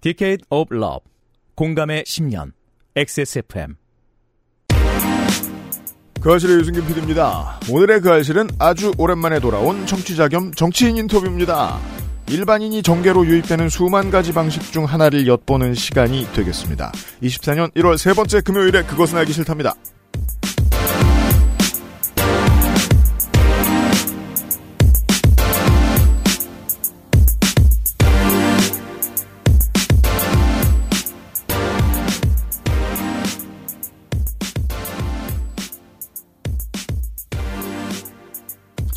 Decade of Love 공감의 10년 XSFM 그아실의 유승균 PD입니다. 오늘의 그아실은 아주 오랜만에 돌아온 청취자 겸 정치인 인터뷰입니다. 일반인이 정계로 유입되는 수만 가지 방식 중 하나를 엿보는 시간이 되겠습니다. 24년 1월 세 번째 금요일에 그것은 알기 싫답니다.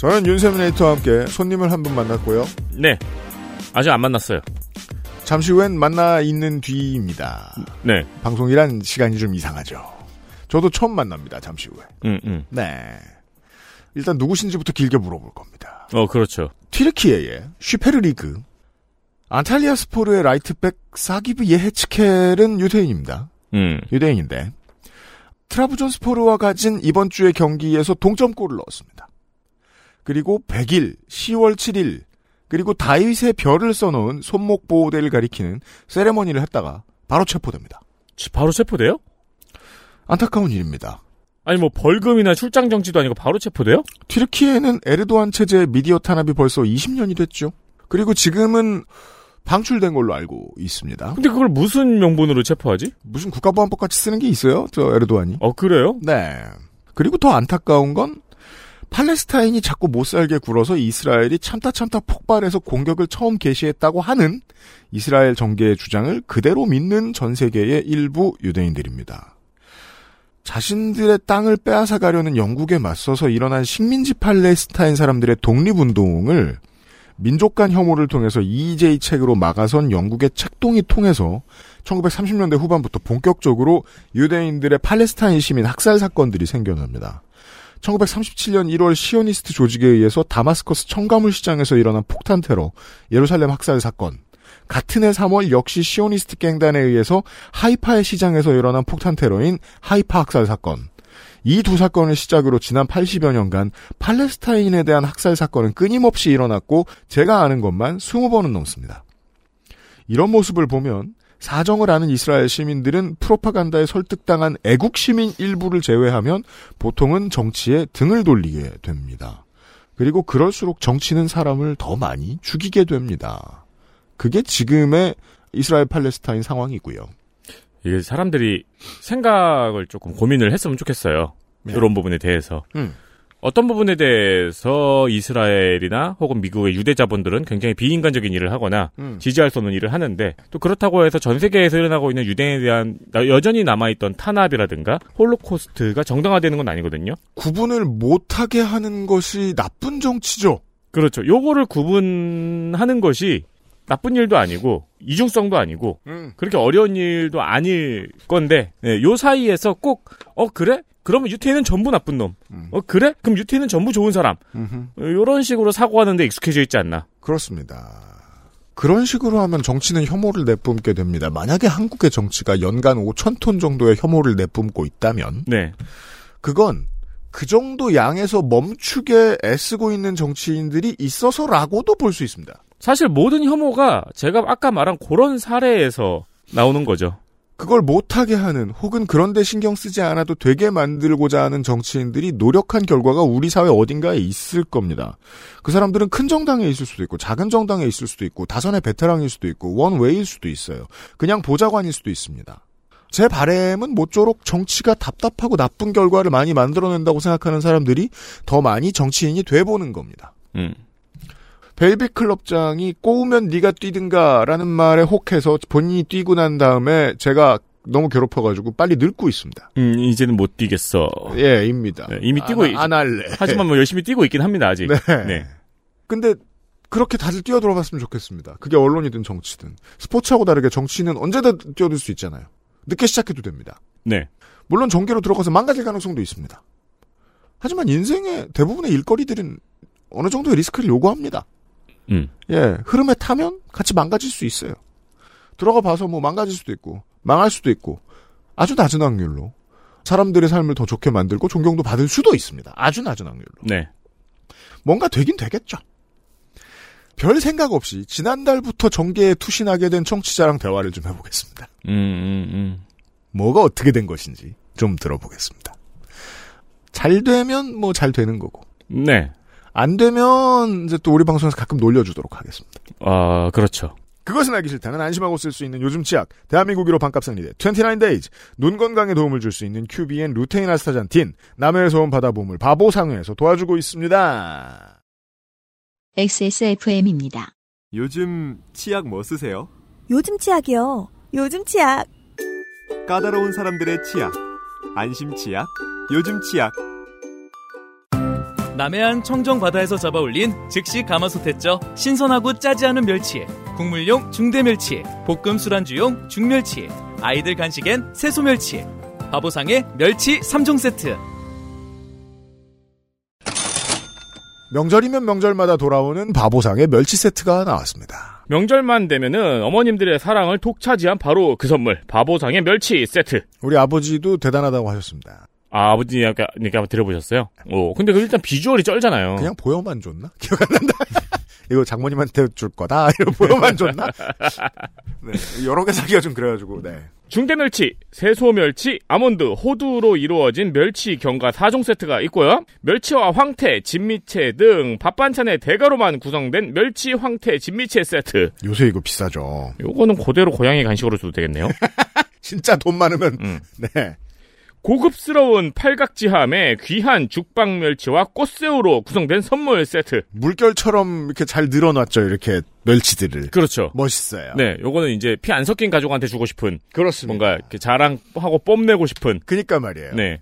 저는 윤세미네이터와 함께 손님을 한 분 만났고요. 네. 아직 안 만났어요. 잠시 후엔 만나 있는 뒤입니다. 네. 방송이란 시간이 좀 이상하죠. 저도 처음 만납니다, 잠시 후에. 음, 음. 네. 일단 누구신지부터 길게 물어볼 겁니다. 어, 그렇죠. 튀르키예의 슈페르리그. 안탈리아 스포르의 라이트백 사기브 예헤츠켈은 유대인입니다. 음. 유대인인데. 트라부존 스포르와 가진 이번 주의 경기에서 동점골을 넣었습니다. 그리고 100일, 10월 7일, 그리고 다윗의 별을 써놓은 손목 보호대를 가리키는 세레머니를 했다가 바로 체포됩니다. 치- 바로 체포돼요? 안타까운 일입니다. 아니 뭐 벌금이나 출장 정지도 아니고 바로 체포돼요? 튀르키예는 에르도안 체제의 미디어 탄압이 벌써 20년이 됐죠. 그리고 지금은 방출된 걸로 알고 있습니다. 근데 그걸 무슨 명분으로 체포하지? 무슨 국가보안법 같이 쓰는 게 있어요? 저 에르도안이. 어, 그래요? 네. 그리고 더 안타까운 건 팔레스타인이 자꾸 못 살게 굴어서 이스라엘이 참다 참다 폭발해서 공격을 처음 개시했다고 하는 이스라엘 정계의 주장을 그대로 믿는 전 세계의 일부 유대인들입니다. 자신들의 땅을 빼앗아 가려는 영국에 맞서서 일어난 식민지 팔레스타인 사람들의 독립운동을 민족 간 혐오를 통해서 EJ 책으로 막아선 영국의 책동이 통해서 1930년대 후반부터 본격적으로 유대인들의 팔레스타인 시민 학살 사건들이 생겨납니다. 1937년 1월 시오니스트 조직에 의해서 다마스커스 청가물 시장에서 일어난 폭탄 테러, 예루살렘 학살 사건, 같은 해 3월 역시 시오니스트 갱단에 의해서 하이파의 시장에서 일어난 폭탄 테러인 하이파 학살 사건, 이 두 사건을 시작으로 지난 80여 년간 팔레스타인에 대한 학살 사건은 끊임없이 일어났고 제가 아는 것만 20번은 넘습니다. 이런 모습을 보면 사정을 아는 이스라엘 시민들은 프로파간다에 설득당한 애국 시민 일부를 제외하면 보통은 정치에 등을 돌리게 됩니다. 그리고 그럴수록 정치는 사람을 더 많이 죽이게 됩니다. 그게 지금의 이스라엘 팔레스타인 상황이고요. 이게 사람들이 생각을 조금 고민을 했으면 좋겠어요. 네. 이런 부분에 대해서. 음. 어떤 부분에 대해서 이스라엘이나 혹은 미국의 유대 자본들은 굉장히 비인간적인 일을 하거나 지지할 수 없는 일을 하는데 또 그렇다고 해서 전 세계에서 일어나고 있는 유대인에 대한 나- 여전히 남아있던 탄압이라든가 홀로코스트가 정당화되는 건 아니거든요. 구분을 못하게 하는 것이 나쁜 정치죠. 그렇죠. 요거를 구분하는 것이 나쁜 일도 아니고 이중성도 아니고 그렇게 어려운 일도 아닐 건데 예, 요 사이에서 꼭 어 그래? 그러면 유태인은 전부 나쁜 놈. 음. 어 그래? 그럼 유태인은 전부 좋은 사람. 어, 요런 식으로 사고하는데 익숙해져 있지 않나. 그렇습니다. 그런 식으로 하면 정치는 혐오를 내뿜게 됩니다. 만약에 한국의 정치가 연간 5,000톤 정도의 혐오를 내뿜고 있다면, 네. 그건 그 정도 양에서 멈추게 애쓰고 있는 정치인들이 있어서라고도 볼 수 있습니다. 사실 모든 혐오가 제가 아까 말한 그런 사례에서 나오는 거죠. 그걸 못하게 하는 혹은 그런데 신경 쓰지 않아도 되게 만들고자 하는 정치인들이 노력한 결과가 우리 사회 어딘가에 있을 겁니다. 그 사람들은 큰 정당에 있을 수도 있고 작은 정당에 있을 수도 있고 다선의 베테랑일 수도 있고 원웨이일 수도 있어요. 그냥 보좌관일 수도 있습니다. 제 바램은 모쪼록 정치가 답답하고 나쁜 결과를 많이 만들어낸다고 생각하는 사람들이 더 많이 정치인이 돼보는 겁니다. 음. 벨비 클럽장이 꼬우면 네가 뛰든가라는 말에 혹해서 본인이 뛰고 난 다음에 제가 너무 괴롭혀가지고 빨리 늙고 있습니다. 음, 이제는 못 뛰겠어. 예입니다. 네, 이미 뛰고 안, 있- 안 할래. 하지만 뭐 열심히 뛰고 있긴 합니다, 아직. 아, 네. 네. 근데 그렇게 다들 뛰어들어봤으면 좋겠습니다. 그게 언론이든 정치든 스포츠하고 다르게 정치는 언제든 뛰어들 수 있잖아요. 늦게 시작해도 됩니다. 네. 물론 정계로 들어가서 망가질 가능성도 있습니다. 하지만 인생의 대부분의 일거리들은 어느 정도의 리스크를 요구합니다. 음. 예, 흐름에 타면 같이 망가질 수 있어요. 들어가 봐서 뭐 망가질 수도 있고, 망할 수도 있고, 아주 낮은 확률로. 사람들의 삶을 더 좋게 만들고 존경도 받을 수도 있습니다. 아주 낮은 확률로. 네. 뭔가 되긴 되겠죠. 별 생각 없이 지난달부터 정계에 투신하게 된 청취자랑 대화를 좀 해보겠습니다. 음, 음, 음. 뭐가 어떻게 된 것인지 좀 들어보겠습니다. 잘 되면 뭐 잘 되는 거고 네. 안 되면 이제 또 우리 방송에서 가끔 놀려주도록 하겠습니다. 아, 그렇죠. 그것은 알기 싫다는 안심하고 쓸 수 있는 요즘 치약 대한민국이로 반값 상리대 29days 눈 건강에 도움을 줄 수 있는 큐비엔 루테인 아스타잔틴 남해에서 온 바다 보물 바보상회에서 도와주고 있습니다. XSFM입니다. 요즘 치약 뭐 쓰세요? 요즘 치약이요. 요즘 치약. 까다로운 사람들의 치약. 안심 치약, 요즘 치약. 남해안 청정바다에서 잡아올린 즉시 가마솥했죠. 신선하고 짜지 않은 멸치에 국물용 중대멸치에 볶음 술안주용 중멸치에 아이들 간식엔 새소멸치에 바보상의 멸치 3종 세트. 명절이면 명절마다 돌아오는 바보상의 멸치 세트가 나왔습니다. 명절만 되면은 어머님들의 사랑을 독차지한 바로 그 선물. 바보상의 멸치 세트. 우리 아버지도 대단하다고 하셨습니다. 아, 아버지 아까 얘기 한번 들어보셨어요? 오, 근데 그 일단 비주얼이 쩔잖아요. 그냥 보여만 줬나? 기억 안 난다. 이거 장모님한테 줄 거다. 이런 보여만 줬나? 네, 여러 개 사기가 좀 그래가지고 네. 중대멸치, 새소멸치, 아몬드, 호두로 이루어진 멸치 경과 4종 세트가 있고요. 멸치와 황태, 진미채 등 밥반찬의 대가로만 구성된 멸치, 황태, 진미채 세트. 요새 이거 비싸죠. 요거는 그대로 고양이 간식으로 써도 되겠네요. 진짜 돈 많으면 음. 네. 고급스러운 팔각지함에 귀한 죽방멸치와 꽃새우로 구성된 선물 세트. 물결처럼 이렇게 잘 늘어놨죠. 이렇게 멸치들을. 그렇죠. 멋있어요. 네, 요거는 이제 피 안 섞인 가족한테 주고 싶은 그렇습니다. 뭔가 이렇게 자랑하고 뽐내고 싶은 그니까 말이에요. 네.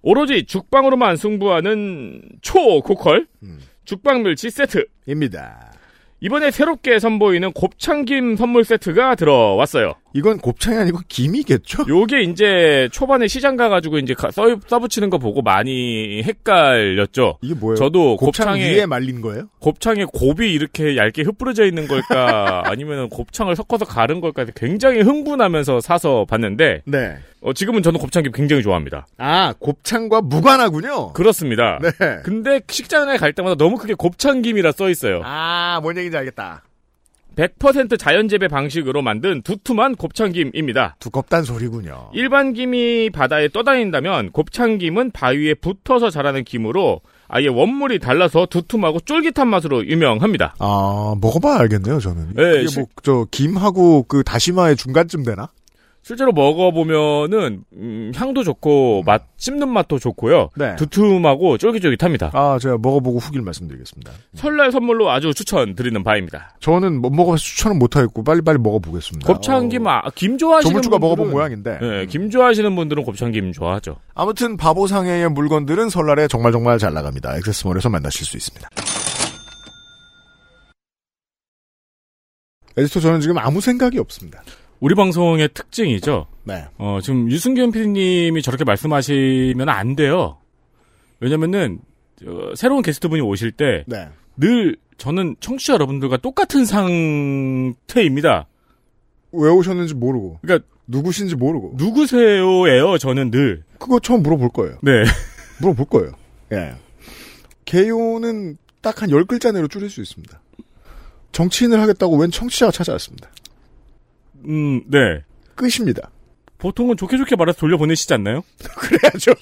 오로지 죽방으로만 승부하는 초고퀄 음. 죽방멸치 세트. 입니다. 이번에 새롭게 선보이는 곱창김 선물 세트가 들어왔어요. 이건 곱창이 아니고 김이겠죠? 요게 이제 초반에 시장 가가지고 이제 가- 써, 써붙이는 거 보고 많이 헷갈렸죠. 이게 뭐예요? 저도 곱창 곱창에 위에 말린 거예요? 곱창에 곱이 이렇게 얇게 흩뿌려져 있는 걸까 아니면 곱창을 섞어서 가른 걸까 굉장히 흥분하면서 사서 봤는데 네. 어, 지금은 저는 곱창김 굉장히 좋아합니다. 아, 곱창과 무관하군요. 그렇습니다. 네. 근데 식장에 갈 때마다 너무 크게 곱창김이라 써 있어요. 아, 뭔 얘기인지 알겠다. 100% 자연재배 방식으로 만든 두툼한 곱창김입니다. 두껍단 소리군요. 일반 김이 바다에 떠다닌다면 곱창김은 바위에 붙어서 자라는 김으로 아예 원물이 달라서 두툼하고 쫄깃한 맛으로 유명합니다. 아, 먹어봐야 알겠네요, 저는. 네, 이게 실- 뭐, 저, 김하고 그 다시마의 중간쯤 되나? 실제로 먹어보면은 음, 향도 좋고 맛 씹는 맛도 좋고요. 네. 두툼하고 쫄깃쫄깃합니다. 아, 제가 먹어보고 후기를 말씀드리겠습니다. 설날 선물로 아주 추천드리는 바입니다. 저는 못 먹어서 추천은 못하겠고, 빨리빨리 먹어보겠습니다. 곱창김 아, 김 어, 좋아하시는 조물주가 먹어본 분들은- 모양인데. 네, 김 좋아하시는 분들은 곱창김 좋아하죠. 아무튼 바보상해의 물건들은 설날에 정말 정말 잘 나갑니다. 액세스몰에서 만나실 수 있습니다. 에디터 저는 지금 아무 생각이 없습니다. 우리 방송의 특징이죠. 네. 어, 지금 유승균 PD님이 저렇게 말씀하시면 안 돼요. 왜냐면은, 어, 새로운 게스트분이 오실 네. 때 늘 저는 청취자 여러분들과 똑같은 상태입니다. 왜 오셨는지 모르고. 그러니까- 누구신지 모르고. 누구세요예요, 저는 늘. 그거 처음 물어볼 거예요. 네. 물어볼 거예요. 예. 개요는 딱 한 열글자 내로 줄일 수 있습니다. 정치인을 하겠다고 웬 청취자가 찾아왔습니다. 음, 네. 끝입니다. 보통은 좋게 좋게 말해서 돌려보내시지 않나요? 그래야죠.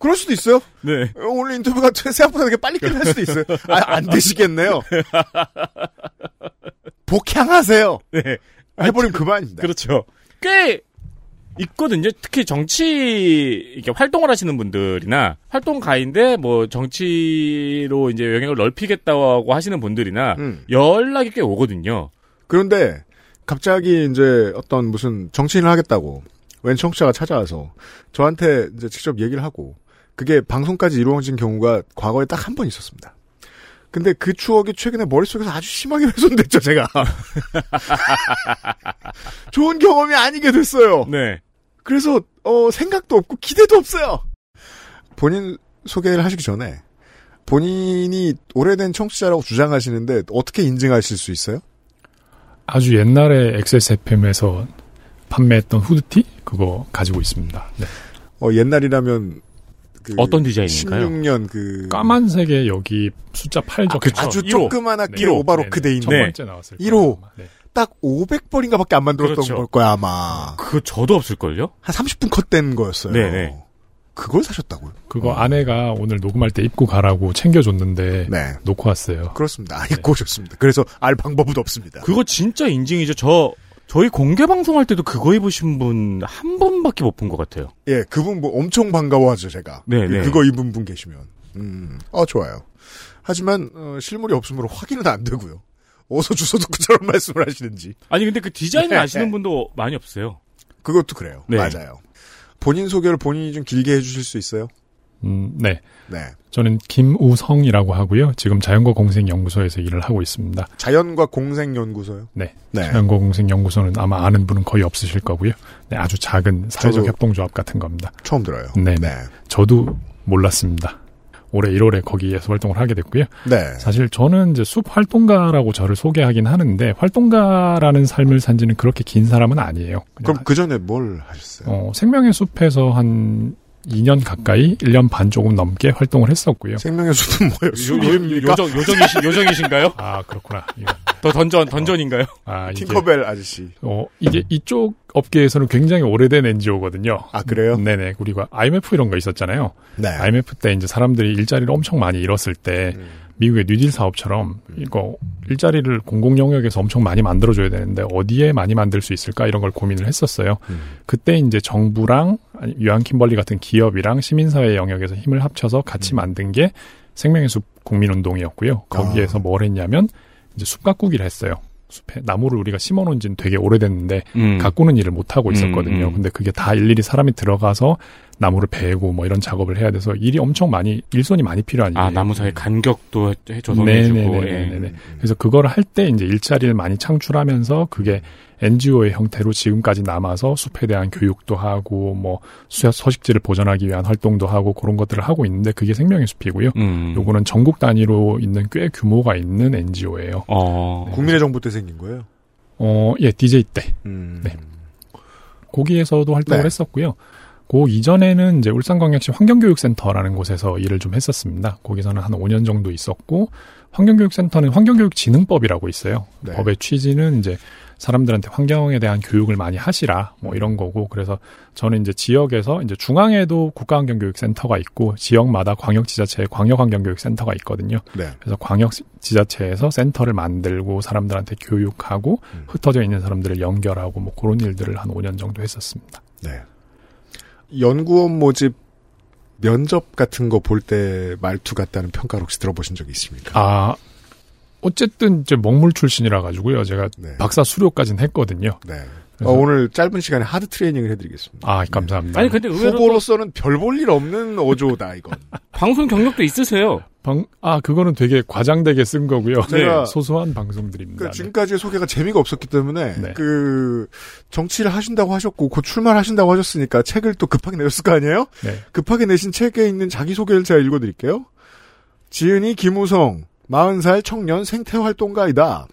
그럴 수도 있어요. 네. 어, 오늘 인터뷰가 생각보다 되게 빨리 끝날 수도 있어요. 아, 안 되시겠네요. 복향하세요. 네. 해버리면 그만입니다. 그렇죠. 꽤 있거든요. 특히 정치 이렇게 활동을 하시는 분들이나 활동가인데 뭐 정치로 이제 영향을 넓히겠다고 하시는 분들이나 음. 연락이 꽤 오거든요. 그런데 갑자기 이제 어떤 무슨 정치인을 하겠다고 웬 청취자가 찾아와서 저한테 이제 직접 얘기를 하고 그게 방송까지 이루어진 경우가 과거에 딱 한 번 있었습니다. 근데 그 추억이 최근에 머릿속에서 아주 심하게 훼손됐죠, 제가. 좋은 경험이 아니게 됐어요. 네. 그래서 어, 생각도 없고 기대도 없어요. 본인 소개를 하시기 전에 본인이 오래된 청취자라고 주장하시는데 어떻게 인증하실 수 있어요? 아주 옛날에 XSFM에서 음. 판매했던 후드티 그거 가지고 있습니다. 네. 어, 옛날이라면 그 어떤 디자인일까요? 16년 그 까만색에 여기 숫자 8 적혀. 그쵸. 아주 1호. 조그만하게 네, 오바로크 돼 네네. 첫 있는 번째 나왔을 거예요. 1호. 아마. 네. 딱 500벌인가밖에 안 만들었던 그렇죠. 걸 거야 아마 그거 저도 없을걸요? 한 30분 컷 된 거였어요. 네네. 그걸 사셨다고요? 그거 아내가 오늘 녹음할 때 입고 가라고 챙겨줬는데 어. 네. 놓고 왔어요. 그렇습니다. 아, 입고 오셨습니다. 그래서 알 방법은 없습니다. 그거 진짜 인증이죠. 저 저희 공개 방송할 때도 그거 입으신 분 한 분밖에 못 본 것 같아요. 예, 그분 뭐 엄청 반가워하죠, 제가. 네, 네. 그, 거 입은 분 계시면. 음, 어, 좋아요. 하지만, 어, 실물이 없으므로 확인은 안 되고요. 어서 주소 듣고 저런 말씀을 하시는지. 아니 근데 그 네. 디자인을 아시는 분도 많이 없어요. 그것도 그래요. 네. 맞아요. 본인 소개를 본인이 좀 길게 해주실 수 있어요? 음, 네. 네. 저는 김우성이라고 하고요. 지금 자연과 공생 연구소에서 일을 하고 있습니다. 자연과 공생연구소요? 네. 네. 자연과 공생 연구소는 아마 아는 분은 거의 없으실 거고요. 네, 아주 작은 사회적 저도- 협동조합 같은 겁니다. 처음 들어요. 네. 네. 저도 몰랐습니다. 올해 1월에 거기에서 활동을 하게 됐고요. 네. 사실 저는 이제 숲 활동가라고 저를 소개하긴 하는데 활동가라는 삶을 산지는 그렇게 긴 사람은 아니에요. 그냥 그럼 그 전에 뭘 하셨어요? 어, 생명의 숲에서 한 2년 가까이 1년 반 조금 넘게 활동을 어. 했었고요. 생명의 숲은 뭐예요? 숲 이름입니까? 요정 요정이신 요정이신가요? 아 그렇구나. 이거. 더 던전 던전인가요? 아 이게 팅커벨 아저씨. 어 이게 이쪽 업계에서는 굉장히 오래된 NGO거든요. 아, 그래요? 네네. 우리가 IMF 이런 거 있었잖아요. 네. IMF 때 이제 사람들이 일자리를 엄청 많이 잃었을 때 음, 미국의 뉴딜 사업처럼 이거 일자리를 공공 영역에서 엄청 많이 만들어줘야 되는데 어디에 많이 만들 수 있을까 이런 걸 고민을 했었어요. 음, 그때 이제 정부랑 아니, 유한 킴벌리 같은 기업이랑 시민사회 영역에서 힘을 합쳐서 같이 음. 만든 게 생명의 숲 국민운동이었고요. 아. 거기에서 뭘 했냐면 이제 숲 가꾸기를 했어요. 숲에 나무를 우리가 심어놓은 지는 되게 오래됐는데 가꾸는 일을 못 하고 음, 있었거든요. 음. 근데 그게 다 일일이 사람이 들어가서 나무를 베고 뭐 이런 작업을 해야 돼서 일이 엄청 많이 일손이 많이 필요한 일이에요. 아 나무 사이 간격도 해- 조성해주고 예. 네네네네. 음, 그래서 그걸 할 때 이제 일자리를 많이 창출하면서 그게 NGO의 형태로 지금까지 남아서 숲에 대한 교육도 하고 뭐 수- 서식지를 보존하기 위한 활동도 하고 그런 것들을 하고 있는데 그게 생명의 숲이고요. 음. 요거는 전국 단위로 있는 꽤 규모가 있는 NGO예요. 어. 네. 국민의 정부 때 생긴 거예요? 어, 예, DJ 때 음. 네. 거기에서도 활동을 네. 했었고요. 그 이전에는 이제 울산광역시 환경교육센터라는 곳에서 일을 좀 했었습니다. 거기서는 한 5년 정도 있었고, 환경교육센터는 환경교육진흥법이라고 있어요. 네. 법의 취지는 이제 사람들한테 환경에 대한 교육을 많이 하시라, 뭐 이런 거고, 그래서 저는 이제 지역에서, 이제 중앙에도 국가환경교육센터가 있고, 지역마다 광역지자체에 광역환경교육센터가 있거든요. 네. 그래서 광역 지자체에서 센터를 만들고 사람들한테 교육하고 음. 흩어져 있는 사람들을 연결하고 뭐 그런 일들을 한 5년 정도 했었습니다. 네. 연구원 모집 면접 같은 거 볼 때 말투 같다는 평가를 혹시 들어보신 적이 있습니까? 아 어쨌든 이제 먹물 출신이라 가지고요. 제가 네. 박사 수료까지는 했거든요. 네. 어, 그래서- 오늘 짧은 시간에 하드 트레이닝을 해드리겠습니다. 그- 아 감사합니다. 아니 근데 의외로 후보로서는 별 볼 일 없는 어조다 이건. 방송 경력도 있으세요. 방- 아 그거는 되게 과장되게 쓴 거고요. 제가- 소소한 방송들입니다. 그 지금까지의 소개가 재미가 없었기 때문에 네. 그 정치를 하신다고 하셨고 곧 출마하신다고 하셨으니까 책을 또 급하게 내셨을 거 아니에요? 네. 급하게 내신 책에 있는 자기 소개를 제가 읽어드릴게요. 지은이 김우성 40살 청년 생태활동가이다.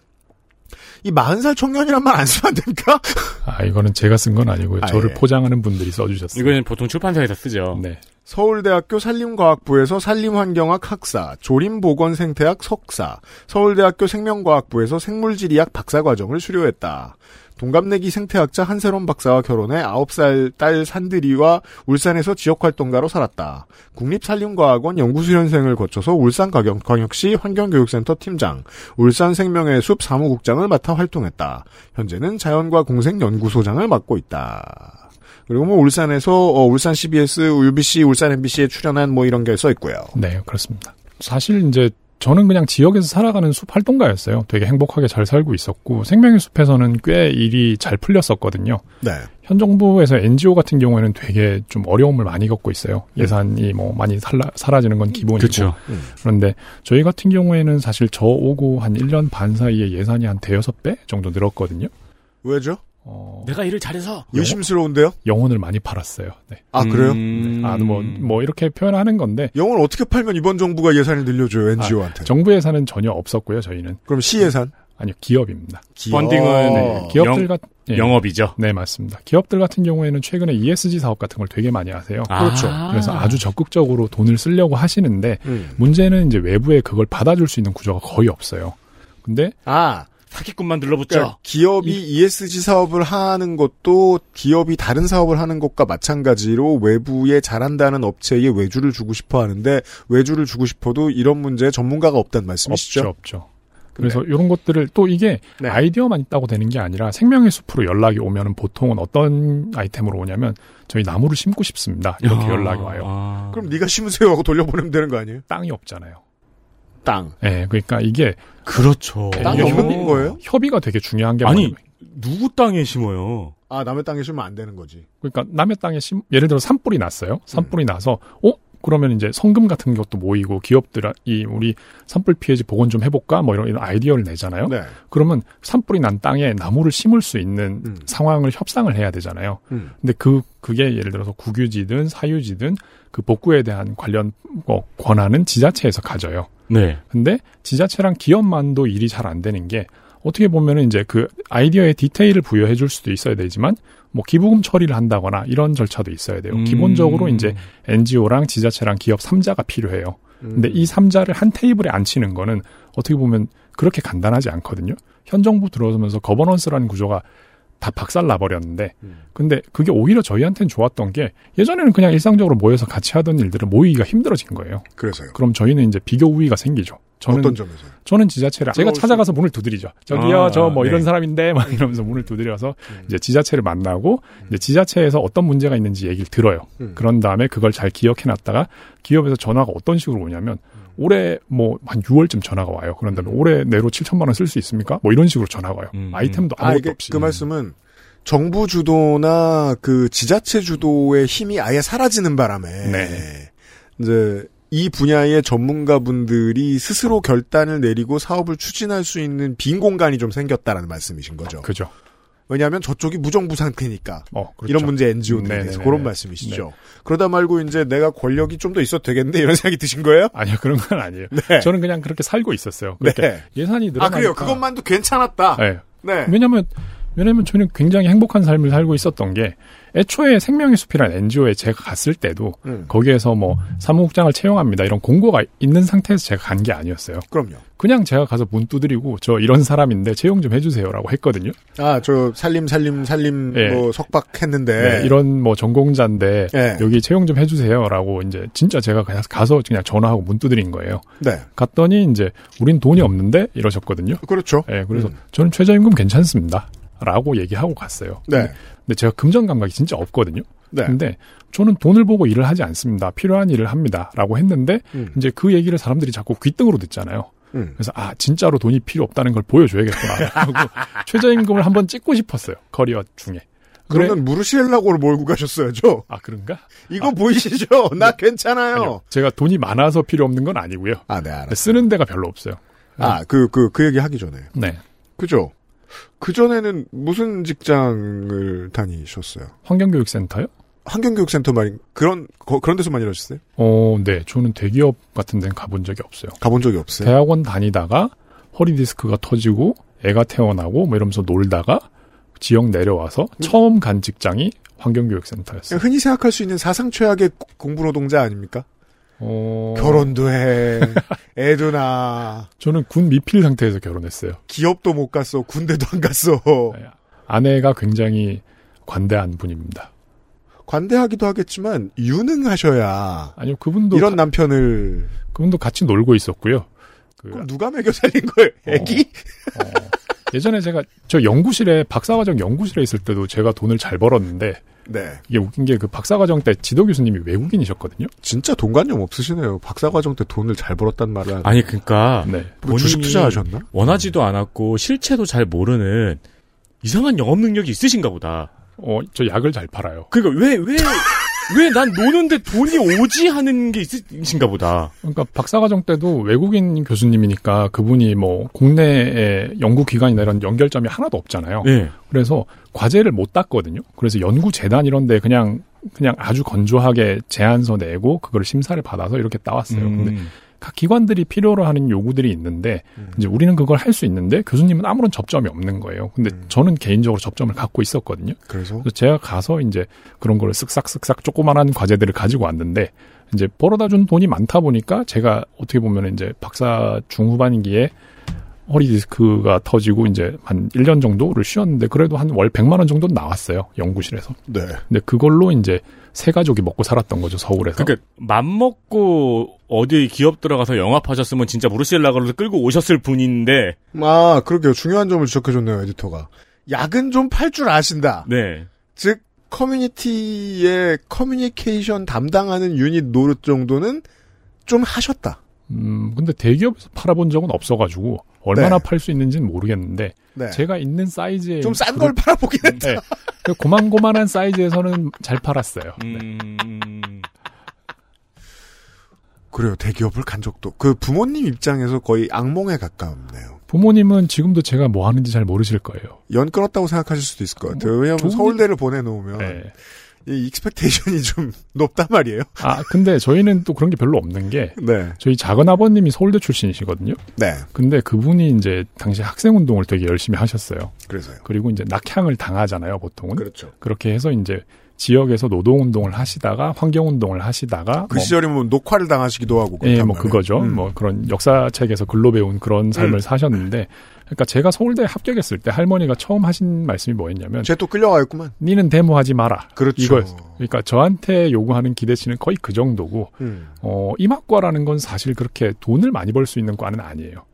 이 40살 청년이란 말 안 쓰면 안 됩니까? 아 이거는 제가 쓴 건 아니고요. 아, 저를 예. 포장하는 분들이 써주셨어요. 이거는 보통 출판사에서 쓰죠. 네. 서울대학교 산림과학부에서 산림환경학 학사, 조림보건생태학 석사, 서울대학교 생명과학부에서 생물지리학 박사과정을 수료했다. 동갑내기 생태학자 한세론 박사와 결혼해 9살 딸 산드리와 울산에서 지역활동가로 살았다. 국립산림과학원 연구수련생을 거쳐서 울산광역시 환경교육센터 팀장, 울산생명의 숲 사무국장을 맡아 활동했다. 현재는 자연과 공생연구소장을 맡고 있다. 그리고 뭐 울산에서 어, 울산 CBS, UBC, 울산 MBC에 출연한 뭐 이런 게 써 있고요. 네, 그렇습니다. 사실 이제 저는 그냥 지역에서 살아가는 숲 활동가였어요. 되게 행복하게 잘 살고 있었고 생명의 숲에서는 꽤 일이 잘 풀렸었거든요. 네. 현 정부에서 NGO 같은 경우에는 되게 좀 어려움을 많이 겪고 있어요. 예산이 뭐 많이 살라, 사라지는 건 기본이고. 음. 그렇죠. 그런데 저희 같은 경우에는 사실 저 오고 한 1년 반 사이에 예산이 한 대여섯 배 정도 늘었거든요. 왜죠? 어, 내가 일을 잘해서. 의심스러운데요? 영혼을 많이 팔았어요. 네. 아, 그래요? 음. 아, 뭐, 뭐 이렇게 표현하는 건데 영을 어떻게 팔면 이번 정부가 예산을 늘려줘요, NGO한테. 네. 정부 예산은 전혀 없었고요, 저희는. 아, 그럼 시 예산? 아니요, 기업입니다. 기업. 펀딩은 어, 네, 기업들 영- 같 예. 영업이죠. 네, 맞습니다. 기업들 같은 경우에는 최근에 ESG 사업 같은 걸 되게 많이 하세요. 그렇죠. 그래서 아주 적극적으로 돈을 쓰려고 하시는데 문제는 이제 외부에 그걸 받아줄 수 있는 구조가 거의 없어요. 근데 아 사기꾼만 그러니까 눌러붙죠. 기업이 ESG 사업을 하는 것도 기업이 다른 사업을 하는 것과 마찬가지로 외부에 잘한다는 업체에 외주를 주고 싶어 하는데 외주를 주고 싶어도 이런 문제에 전문가가 없단 말씀이시죠? 없죠, 없죠. 그래서 이런 것들을 또 이게 네. 아이디어만 있다고 되는 게 아니라 생명의 숲으로 연락이 오면은 보통은 어떤 아이템으로 오냐면 저희 나무를 심고 싶습니다. 이렇게 연락이 와요. 아. 그럼 네가 심으세요 하고 돌려보내면 되는 거 아니에요? 땅이 없잖아요. 땅. 예, 그러니까 이게 그렇죠. 땅이 이게 없는 협- 거예요? 협의가 되게 중요한 게 아니. 뭐냐면 누구 땅에 심어요? 아 남의 땅에 심으면 안 되는 거지. 그러니까 남의 땅에 심, 예를 들어 산불이 났어요. 산불이 음. 나서, 어? 그러면 이제 성금 같은 것도 모이고 기업들이 우리 산불 피해지 복원 좀 해볼까? 뭐 이런, 이런 아이디어를 내잖아요. 네. 그러면 산불이 난 땅에 나무를 심을 수 있는 음. 상황을 협상을 해야 되잖아요. 음. 근데 그, 그게 예를 들어서 국유지든 사유지든 그 복구에 대한 관련 어, 권한은 지자체에서 가져요. 네. 근데 지자체랑 기업만도 일이 잘 안 되는 게 어떻게 보면은 이제 그 아이디어의 디테일을 부여해 줄 수도 있어야 되지만 뭐 기부금 처리를 한다거나 이런 절차도 있어야 돼요. 음. 네, 기본적으로 이제 NGO랑 지자체랑 기업 3자가 필요해요. 근데 이 3자를 한 테이블에 앉히는 거는 어떻게 보면 그렇게 간단하지 않거든요. 현 정부 들어서면서 거버넌스라는 구조가 다 박살 나버렸는데, 근데 그게 오히려 저희한테는 좋았던 게 예전에는 그냥 일상적으로 모여서 같이 하던 일들을 모이기가 힘들어진 거예요. 그래서요. 그럼 저희는 이제 비교 우위가 생기죠. 저는 어떤 점에서요? 저는 지자체를 제가 올수 찾아가서 문을 두드리죠. 저기요, 아, 저 뭐 네. 음. 이런 사람인데 막 이러면서 문을 두드려서 이제 지자체를 만나고 이제 지자체에서 어떤 문제가 있는지 얘기를 들어요. 음. 그런 다음에 그걸 잘 기억해놨다가 기업에서 전화가 어떤 식으로 오냐면 음. 올해 뭐 한 6월쯤 전화가 와요. 그런 다음에 올해 내로 7천만 원 쓸 수 있습니까? 뭐 이런 식으로 전화가 와요. 음. 아이템도 아 아무것도 이게 없이. 그 말씀은 정부 주도나 그 지자체 주도의 힘이 아예 사라지는 바람에 네. 이제 이 분야의 전문가분들이 스스로 결단을 내리고 사업을 추진할 수 있는 빈 공간이 좀 생겼다라는 말씀이신 거죠. 그죠. 왜냐하면 저쪽이 무정부 상태니까 어, 그렇죠. 이런 문제 NGO에 네네네네. 대해서 그런 말씀이시죠. 그러다 말고 이제 내가 권력이 좀 더 있어도 되겠는데 이런 생각이 드신 거예요? 아니요, 그런 건 아니에요. 네. 저는 그냥 그렇게 살고 있었어요. 네. 그렇게 예산이 늘어나니까. 아 그래요. 그것만도 괜찮았다. 네. 네. 왜냐면 왜냐면 저는 굉장히 행복한 삶을 살고 있었던 게 애초에 생명의 숲이란 NGO에 제가 갔을 때도 음, 거기에서 뭐 사무국장을 채용합니다 이런 공고가 있는 상태에서 제가 간 게 아니었어요. 그럼요. 그냥 제가 가서 문 두드리고 저 이런 사람인데 채용 좀 해주세요라고 했거든요. 아, 저 살림 살림 살림 예. 뭐 석박했는데 네, 이런 뭐 전공자인데 예. 여기 채용 좀 해주세요라고 이제 진짜 제가 그냥 가서 그냥 전화하고 문 두드린 거예요. 네. 갔더니 이제 우린 돈이 없는데 이러셨거든요. 그렇죠. 예, 그래서 저는 최저임금 괜찮습니다. 라고 얘기하고 갔어요. 네. 근데 제가 금전 감각이 진짜 없거든요. 네. 근데 저는 돈을 보고 일을 하지 않습니다. 필요한 일을 합니다. 라고 했는데 음. 이제 그 얘기를 사람들이 자꾸 귓등으로 듣잖아요. 음. 그래서 아 진짜로 돈이 필요 없다는 걸 보여줘야겠구나. 하고 최저임금을 한번 찍고 싶었어요. 커리어 중에. 그래- 그러면 무르시엘라고를 몰고 가셨어야죠. 아 그런가? 이거 보이시죠? 나 괜찮아요. 아니요. 제가 돈이 많아서 필요 없는 건 아니고요. 아, 네, 알았어. 쓰는 데가 별로 없어요. 아, 그, 그, 그 얘기 하기 전에. 네. 그죠? 그전에는 무슨 직장을 다니셨어요? 환경교육센터요? 환경교육센터 말인, 그런, 거- 그런 데서만 일하셨어요? 어, 네. 저는 대기업 같은 데는 가본 적이 없어요. 가본 적이 없어요? 네. 대학원 다니다가 허리 디스크가 터지고 애가 태어나고 뭐 이러면서 놀다가 지역 내려와서 처음 간 직장이 환경교육센터였어요. 흔히 생각할 수 있는 사상 최악의 고- 공부 노동자 아닙니까? 어, 결혼도 해, 애도 나, 저는 군 미필 상태에서 결혼했어요. 기업도 못 갔어, 군대도 안 갔어. 네. 아내가 굉장히 관대한 분입니다. 관대하기도 하겠지만, 유능하셔야, 아니요, 그분도 이런 가- 남편을, 그분도 같이 놀고 있었고요. 그, 그럼 누가 먹여 살린 거예요? 애기? 어, 예전에 제가 저 연구실에 박사과정 연구실에 있을 때도 제가 돈을 잘 벌었는데 네. 이게 웃긴 게 그 박사과정 때 지도 교수님이 외국인이셨거든요. 진짜 돈관념 없으시네요. 박사과정 때 돈을 잘 벌었단 말을. 아니 그러니까 네. 뭐 주식 본인이 투자하셨나? 원하지도 않았고 실체도 잘 모르는 이상한 영업 능력이 있으신가 보다. 어, 저 약을 잘 팔아요. 그러니까 왜 왜 왜 난 노는데 돈이 오지 하는 게 있으신가 보다. 그러니까 박사과정 때도 외국인 교수님이니까 그분이 뭐 국내의 연구기관이나 이런 연결점이 하나도 없잖아요. 네. 그래서 과제를 못 땄거든요. 그래서 연구재단 이런 데 음. 네. 그냥 그냥 아주 건조하게 제안서 내고 그걸 심사를 받아서 이렇게 따왔어요. 근데 각 기관들이 필요로 하는 요구들이 있는데 이제 우리는 그걸 할 수 있는데 교수님은 아무런 접점이 없는 거예요. 근데 저는 개인적으로 접점을 갖고 있었거든요. 그래서 그래서 제가 가서 이제 그런 거를 쓱싹쓱싹 조그만한 과제들을 가지고 왔는데 이제 벌어다 준 돈이 많다 보니까 제가 어떻게 보면 이제 박사 중후반기에 허리 디스크가 터지고 이제 한 1년 정도를 쉬었는데 그래도 한 월 100만 원 정도 나왔어요. 연구실에서. 네. 근데 그걸로 이제 세 가족이 먹고 살았던 거죠. 서울에서. 그러니까 맘 먹고 어디 기업 들어가서 영업하셨으면 진짜 무르셀라가로 끌고 오셨을 분인데 아 그러게요. 중요한 점을 지적해줬네요 에디터가. 약은 좀 팔 줄 아신다. 네. 즉 커뮤니티의 커뮤니케이션 담당하는 유닛 노릇 정도는 좀 하셨다. 음, 근데 대기업에서 팔아본 적은 없어 가지고 얼마나 네. 팔 수 있는지는 모르겠는데 네. 제가 있는 사이즈에 좀 싼 걸 팔아보긴 했다. 네. 그 고만고만한 사이즈에서는 잘 팔았어요. 음... 그래요. 대기업을 간 적도 그 부모님 입장에서 거의 악몽에 가깝네요. 부모님은 지금도 제가 뭐 하는지 잘 모르실 거예요. 연 끊었다고 생각하실 수도 있을 것 같아요. 왜냐하면 좋은 서울대를 보내놓으면 네. 이 익스펙테이션이 좀 높단 말이에요. 아, 근데 저희는 또 그런 게 별로 없는 게 네, 저희 작은 아버님이 서울대 출신이시거든요. 네, 근데 그분이 이제 당시 학생 운동을 되게 열심히 하셨어요. 그래서요. 그리고 이제 낙향을 당하잖아요, 보통은. 그렇죠. 그렇게 해서 이제 지역에서 노동 운동을 하시다가 환경 운동을 하시다가 그 뭐 시절이면 녹화를 당하시기도 하고 예, 그렇단 뭐 말이에요. 그거죠. 음. 뭐 그런 역사책에서 글로 배운 그런 삶을 사셨는데, 그러니까 제가 서울대 합격했을 때 할머니가 처음 하신 말씀이 뭐였냐면, 쟤 또 끌려가겠구만. 니는 데모하지 마라. 그렇죠. 이거였어요. 그러니까 저한테 요구하는 기대치는 거의 그 정도고, 음. 어, 이학과라는 건 사실 그렇게 돈을 많이 벌 수 있는 과는 아니에요.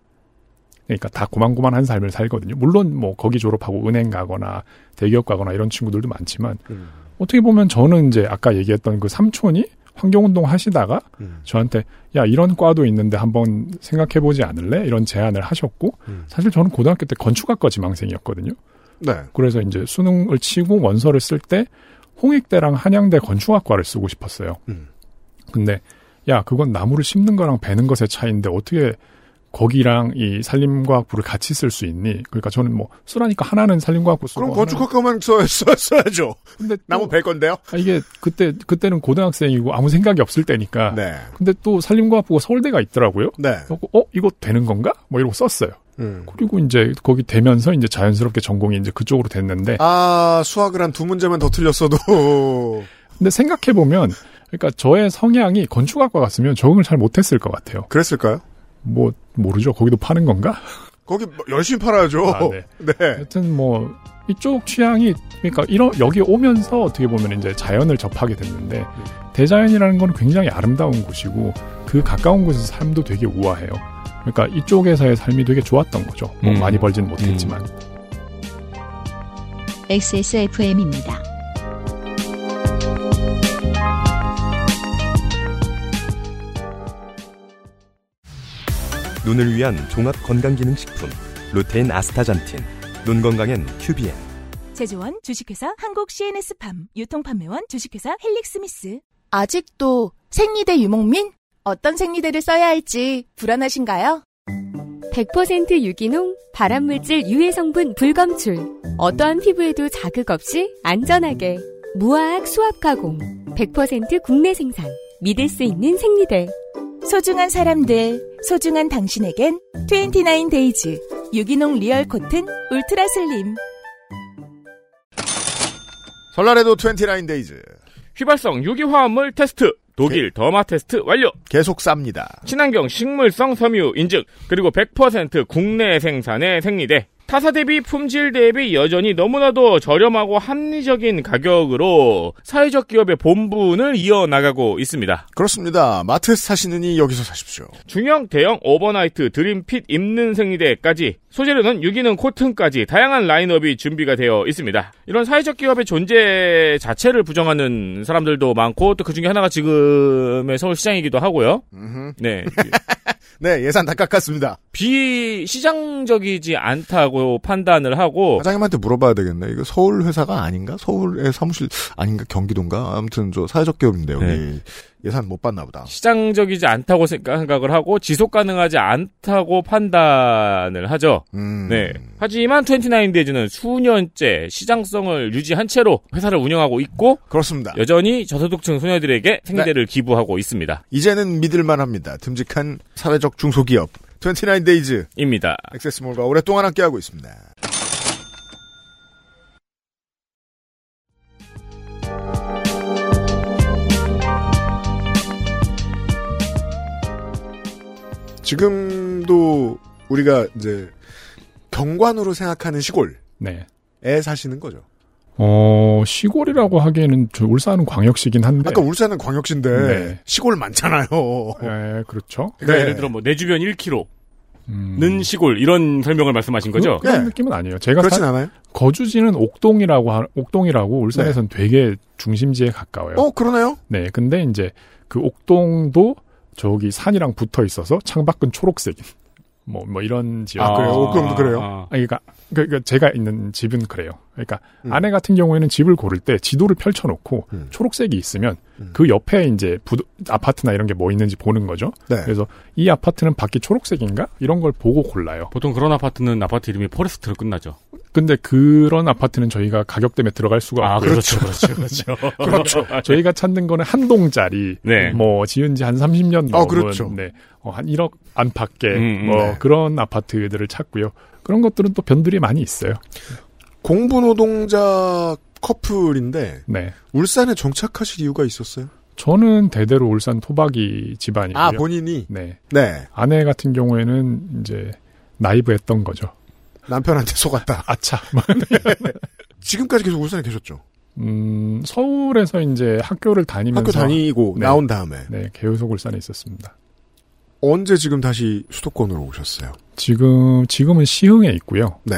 그러니까 다 고만고만한 삶을 살거든요. 물론 뭐 거기 졸업하고 은행 가거나 대기업 가거나 이런 친구들도 많지만 음. 어떻게 보면 저는 이제 아까 얘기했던 그 삼촌이 환경운동 하시다가 음. 저한테 야 이런 과도 있는데 한번 생각해보지 않을래 이런 제안을 하셨고 음. 사실 저는 고등학교 때 건축학과 지망생이었거든요. 네, 그래서 이제 수능을 치고 원서를 쓸 때 홍익대랑 한양대 건축학과를 쓰고 싶었어요. 음. 근데 야 그건 나무를 심는 거랑 베는 것의 차이인데 어떻게 거기랑 이 산림과학부를 같이 쓸 수 있니? 그러니까 저는 뭐 쓰라니까 하나는 산림과학부 쓰고 그럼 하나는- 건축학과만 써, 써, 써야죠. 근데 또- 나무 벨 건데요. 아, 이게 그때 그때는 고등학생이고 아무 생각이 없을 때니까 네, 근데 또 산림과학부가 서울대가 있더라고요. 네. 그래갖고, 어 이거 되는 건가? 뭐 이러고 썼어요. 음. 그리고 이제 거기 되면서 이제 자연스럽게 전공이 이제 그쪽으로 됐는데 아 수학을 한 두 문제만 더 틀렸어도 근데 생각해 보면 그러니까 저의 성향이 건축학과 같으면 적응을 잘 못했을 것 같아요. 그랬을까요? 뭐 모르죠. 거기도 파는 건가? 거기 뭐 열심히 팔아야죠. 아, 네. 네. 하여튼 뭐 이쪽 취향이 그러니까 이런 여기 오면서 어떻게 보면 이제 자연을 접하게 됐는데 대자연이라는 건 굉장히 아름다운 곳이고 그 가까운 곳에서 삶도 되게 우아해요. 그러니까 이쪽에서의 삶이 되게 좋았던 거죠. 뭐 음. 많이 벌진 못했지만. XSFM입니다. 눈을 위한 종합 건강기능식품 루테인 아스타잔틴 눈 건강엔 큐비엔 제조원 주식회사 한국 CNS팜 유통판매원 주식회사 헬릭스미스 아직도 생리대 유목민? 어떤 생리대를 써야 할지 불안하신가요? 100% 유기농, 발암물질 유해 성분 불검출. 어떠한 피부에도 자극 없이 안전하게. 무화학 수압 가공. 100% 국내 생산. 믿을 수 있는 생리대. 소중한 사람들 소중한 당신에겐 29 데이즈 유기농 리얼 코튼 울트라 슬림 설날에도 29 데이즈 휘발성 유기화합물 테스트 독일 더마 테스트 완료 계속 쌉니다. 친환경 식물성 섬유 인증 그리고 100% 국내 생산의 생리대 타사 대비 품질 대비 여전히 너무나도 저렴하고 합리적인 가격으로 사회적 기업의 본분을 이어나가고 있습니다. 그렇습니다. 마트에서 사시는 이 여기서 사십시오. 중형, 대형, 오버나이트, 드림핏, 입는 생리대까지 소재로는 유기농 코튼까지 다양한 라인업이 준비가 되어 있습니다. 이런 사회적 기업의 존재 자체를 부정하는 사람들도 많고 또 그 중에 하나가 지금의 서울 시장이기도 하고요. 네. 네, 예산 다 깎았습니다. 비시장적이지 않다고 판단을 하고 사장님한테 물어봐야 되겠네. 이거 서울 회사가 아닌가? 서울의 사무실 아닌가? 경기도인가? 아무튼 저 사회적 기업인데 여기. 예산 못 받나 보다. 시장적이지 않다고 생각을 하고 지속 가능하지 않다고 판단을 하죠. 음, 네. 하지만 29데이즈는 수년째 시장성을 유지한 채로 회사를 운영하고 있고 그렇습니다. 여전히 저소득층 소녀들에게 생계를 네. 기부하고 있습니다. 이제는 믿을만 합니다. 듬직한 사회적 중소기업 29데이즈입니다. 그러니까 액세스몰과 오랫동안 함께하고 있습니다. 지금도 우리가 이제 경관으로 생각하는 시골에 네. 사시는 거죠. 어, 시골이라고 하기에는 저 울산은 광역시긴 한데. 아까 울산은 광역시인데 네. 시골 많잖아요. 네, 그렇죠. 음. 그러니까 예를 들어 뭐 내 주변 1km는 음. 시골 이런 설명을 말씀하신 거죠? 그런 느낌은 아니에요. 제가 네. 그렇진 사- 않아요? 거주지는 옥동이라고 하- 옥동이라고 울산에서는 네. 되게 중심지에 가까워요. 어, 그러네요. 네, 근데 이제 그 옥동도 저기 산이랑 붙어 있어서 창밖은 초록색인 뭐, 뭐 이런 지역. 아, 그래요? 옥동도 그래요? 아, 그러니까, 그러니까 제가 있는 집은 그래요. 그러니까 음. 아내 같은 경우에는 집을 고를 때 지도를 펼쳐놓고 초록색이 있으면 음. 그 옆에 이제 부도- 아파트나 이런 게 뭐 있는지 보는 거죠. 네. 그래서 이 아파트는 밖이 초록색인가 이런 걸 보고 골라요. 보통 그런 아파트는 아파트 이름이 포레스트로 끝나죠. 근데 그런 아파트는 저희가 가격 때문에 들어갈 수가 아, 없고 그렇죠, 그렇죠, 그렇죠. 그렇죠. 저희가 찾는 거는 한 동짜리, 뭐 지은 지 한 30년 넘은, 어, 그렇죠. 네, 어, 한 1억 안팎의 음, 뭐 네. 그런 아파트들을 찾고요. 그런 것들은 또 변들이 많이 있어요. 공부 노동자 커플인데 네. 울산에 정착하실 이유가 있었어요? 저는 대대로 울산 토박이 집안이고요. 아, 본인이? 네. 네. 아내 같은 경우에는 이제 나이브했던 거죠. 남편한테 속았다. 아차. 지금까지 계속 울산에 계셨죠? 음, 서울에서 이제 학교를 다니면서 학교 다니고 나온 다음에. 네, 계속 울산에 있었습니다. 언제 지금 다시 수도권으로 오셨어요? 지금 지금은 시흥에 있고요. 네.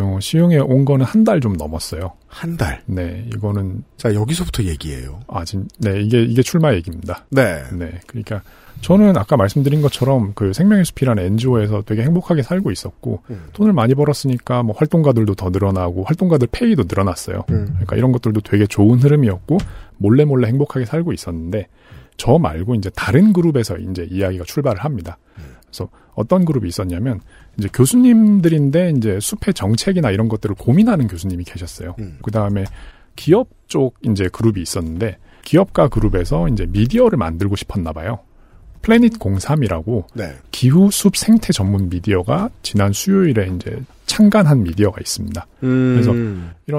어, 시흥에 온 거는 한 달 좀 넘었어요. 한 달. 네, 이거는 자 여기서부터 얘기예요. 아, 진, 네, 이게 이게 출마 얘기입니다. 네. 네, 그러니까 저는 아까 말씀드린 것처럼 그 생명의 숲이라는 NGO에서 되게 행복하게 살고 있었고 돈을 많이 벌었으니까 뭐 활동가들도 더 늘어나고 활동가들 페이도 늘어났어요. 그러니까 이런 것들도 되게 좋은 흐름이었고 몰래 몰래 행복하게 살고 있었는데 저 말고 이제 다른 그룹에서 이제 이야기가 출발을 합니다. 그래서 어떤 그룹이 있었냐면 이제 교수님들인데 이제 숲의 정책이나 이런 것들을 고민하는 교수님이 계셨어요. 그 다음에 기업 쪽 이제 그룹이 있었는데 기업가 그룹에서 이제 미디어를 만들고 싶었나 봐요. 플래닛 03이라고 네. 기후 숲 생태 전문 미디어가 지난 수요일에 이제 창간한 미디어가 있습니다. 그래서 이런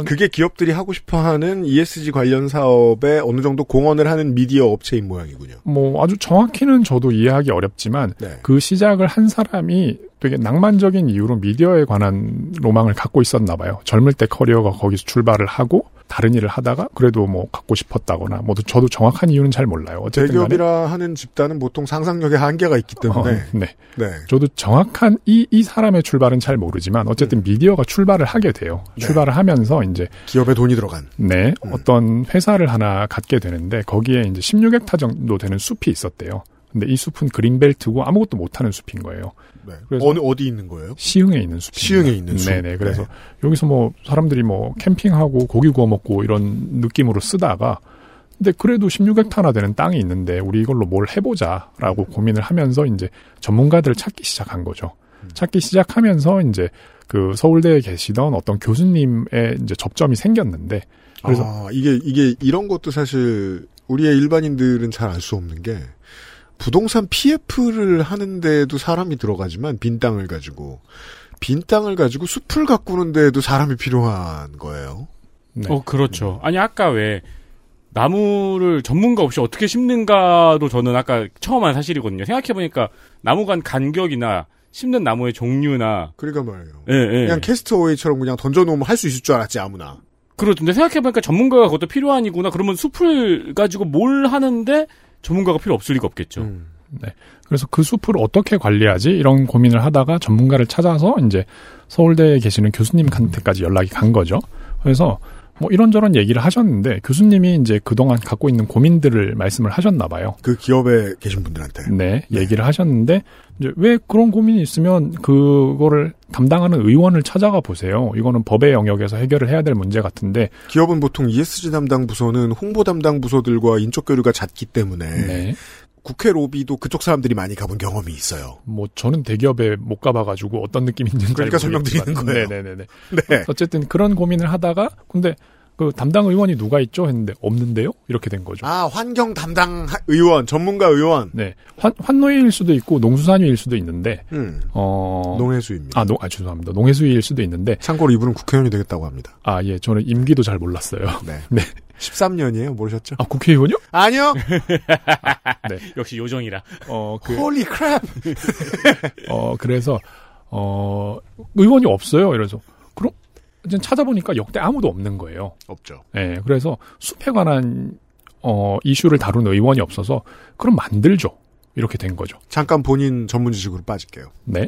음. 그게 기업들이 하고 싶어하는 ESG 관련 사업에 어느 정도 공헌을 하는 미디어 업체인 모양이군요. 뭐 아주 정확히는 저도 이해하기 어렵지만 네. 그 시작을 한 사람이 되게 낭만적인 이유로 미디어에 관한 로망을 갖고 있었나 봐요. 젊을 때 커리어가 거기서 출발을 하고 다른 일을 하다가 그래도 뭐 갖고 싶었다거나 뭐 저도 정확한 이유는 잘 몰라요. 어쨌든 간에 대기업이라 하는 집단은 보통 상상력의 한계가 있기 어, 때문에 네. 네. 저도 정확한 이, 이 사람의 출발은 잘 모르지만 어쨌든 미디어가 출발을 하게 돼요. 출발을 하면서 이제 기업에 돈이 들어간 네 어떤 회사를 하나 갖게 되는데 거기에 이제 16헥타 정도 되는 숲이 있었대요. 근데 이 숲은 그린벨트고 아무것도 못하는 숲인 거예요. 네. 그래서- 어느 어디 있는 거예요? 시흥에 있는 숲. 시흥에 있는 숲. 네네. 그래서 여기서 뭐 사람들이 뭐 캠핑하고 고기 구워 먹고 이런 느낌으로 쓰다가 근데 그래도 16헥타나 되는 땅이 있는데 우리 이걸로 뭘 해보자라고 고민을 하면서 이제 전문가들을 찾기 시작한 거죠. 음. 찾기 시작하면서 이제 그 서울대에 계시던 어떤 교수님의 이제 접점이 생겼는데 그래서 아, 이게 이게 이런 것도 사실 우리의 일반인들은 잘 알 수 없는 게 부동산 PF를 하는데도 사람이 들어가지만 빈 땅을 가지고 빈 땅을 가지고 숲을 가꾸는 데에도 사람이 필요한 거예요. 네. 어, 그렇죠. 아니, 아까 왜, 나무를 전문가 없이 어떻게 심는가도 저는 아까 처음 한 사실이거든요. 생각해보니까, 나무 간 간격이나, 심는 나무의 종류나. 그러니까 말이에요. 네. 예, 예. 그냥 캐스트어웨이처럼 그냥 던져놓으면 할 수 있을 줄 알았지 아무나. 그렇던데 생각해보니까 전문가가 그것도 필요하니구나. 그러면 숲을 가지고 뭘 하는데, 전문가가 필요 없을 리가 그렇죠. 없겠죠. 음. 그래서 그 숲을 어떻게 관리하지? 이런 고민을 하다가 전문가를 찾아서 이제 서울대에 계시는 교수님한테까지 연락이 간 거죠. 그래서 뭐 이런저런 얘기를 하셨는데 교수님이 이제 그동안 갖고 있는 고민들을 말씀을 하셨나 봐요. 그 기업에 계신 분들한테. 네, 얘기를 하셨는데 이제 왜 그런 고민이 있으면 그거를 담당하는 의원을 찾아가 보세요. 이거는 법의 영역에서 해결을 해야 될 문제 같은데 기업은 보통 ESG 담당 부서는 홍보 담당 부서들과 인적 교류가 잦기 때문에 네. 국회 로비도 그쪽 사람들이 많이 가본 경험이 있어요. 뭐 저는 대기업에 못 가봐가지고 어떤 느낌인지 그러니까 설명드리는 거예요. 네네네. 어쨌든 그런 고민을 하다가 근데 그 담당 의원이 누가 있죠 했는데 없는데요 이렇게 된 거죠. 아 환경 담당 하- 의원 전문가 의원 네. 환, 환노위일 수도 있고 농수산위일 수도 있는데, 음. 어. 농해수입니다. 아, 농, 아, 죄송합니다. 농해수위일 수도 있는데. 참고로 이분은 국회의원이 되겠다고 합니다. 아, 예. 저는 임기도 잘 몰랐어요. 네. 13년이에요. 모르셨죠? 아, 국회의원이요? 아니요. 네. 역시 요정이라. 어, 그, 홀리 크랩. 어, 그래서, 어, 의원이 없어요. 이래서. 그럼, 이제 찾아보니까 역대 아무도 없는 거예요. 없죠. 예. 그래서 숲에 관한, 어, 이슈를 다룬 의원이 없어서, 그럼 만들죠. 이렇게 된 거죠. 잠깐 본인 전문 지식으로 빠질게요. 네.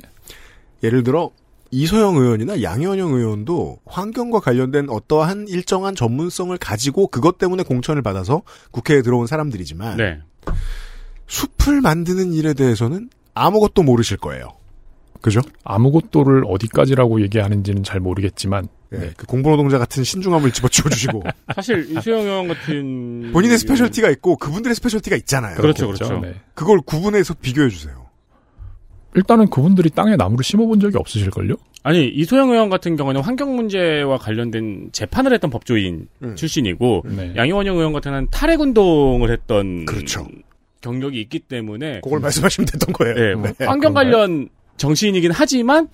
예를 들어 이소영 의원이나 양현영 의원도 환경과 관련된 어떠한 일정한 전문성을 가지고 그것 때문에 공천을 받아서 국회에 들어온 사람들이지만 네. 숲을 만드는 일에 대해서는 아무것도 모르실 거예요. 그죠? 아무것도를 어디까지라고 얘기하는지는 잘 모르겠지만, 네. 그 공부노동자 같은 신중함을 집어치워 주시고 사실 이수영 의원 같은 본인의 스페셜티가 있고 그분들의 스페셜티가 있잖아요. 그렇죠, 그렇죠. 네. 그걸 구분해서 비교해 주세요. 일단은 그분들이 땅에 나무를 심어본 적이 없으실걸요? 아니 이소영 의원 같은 경우는 환경 문제와 관련된 재판을 했던 법조인 음. 출신이고 네. 양희원영 의원 같은 경우는 탈핵 운동을 했던 그렇죠. 경력이 있기 때문에 그걸 말씀하시면 됐던 거예요. 네, 뭐 네. 환경 아, 그런가요? 관련 정치인이긴 하지만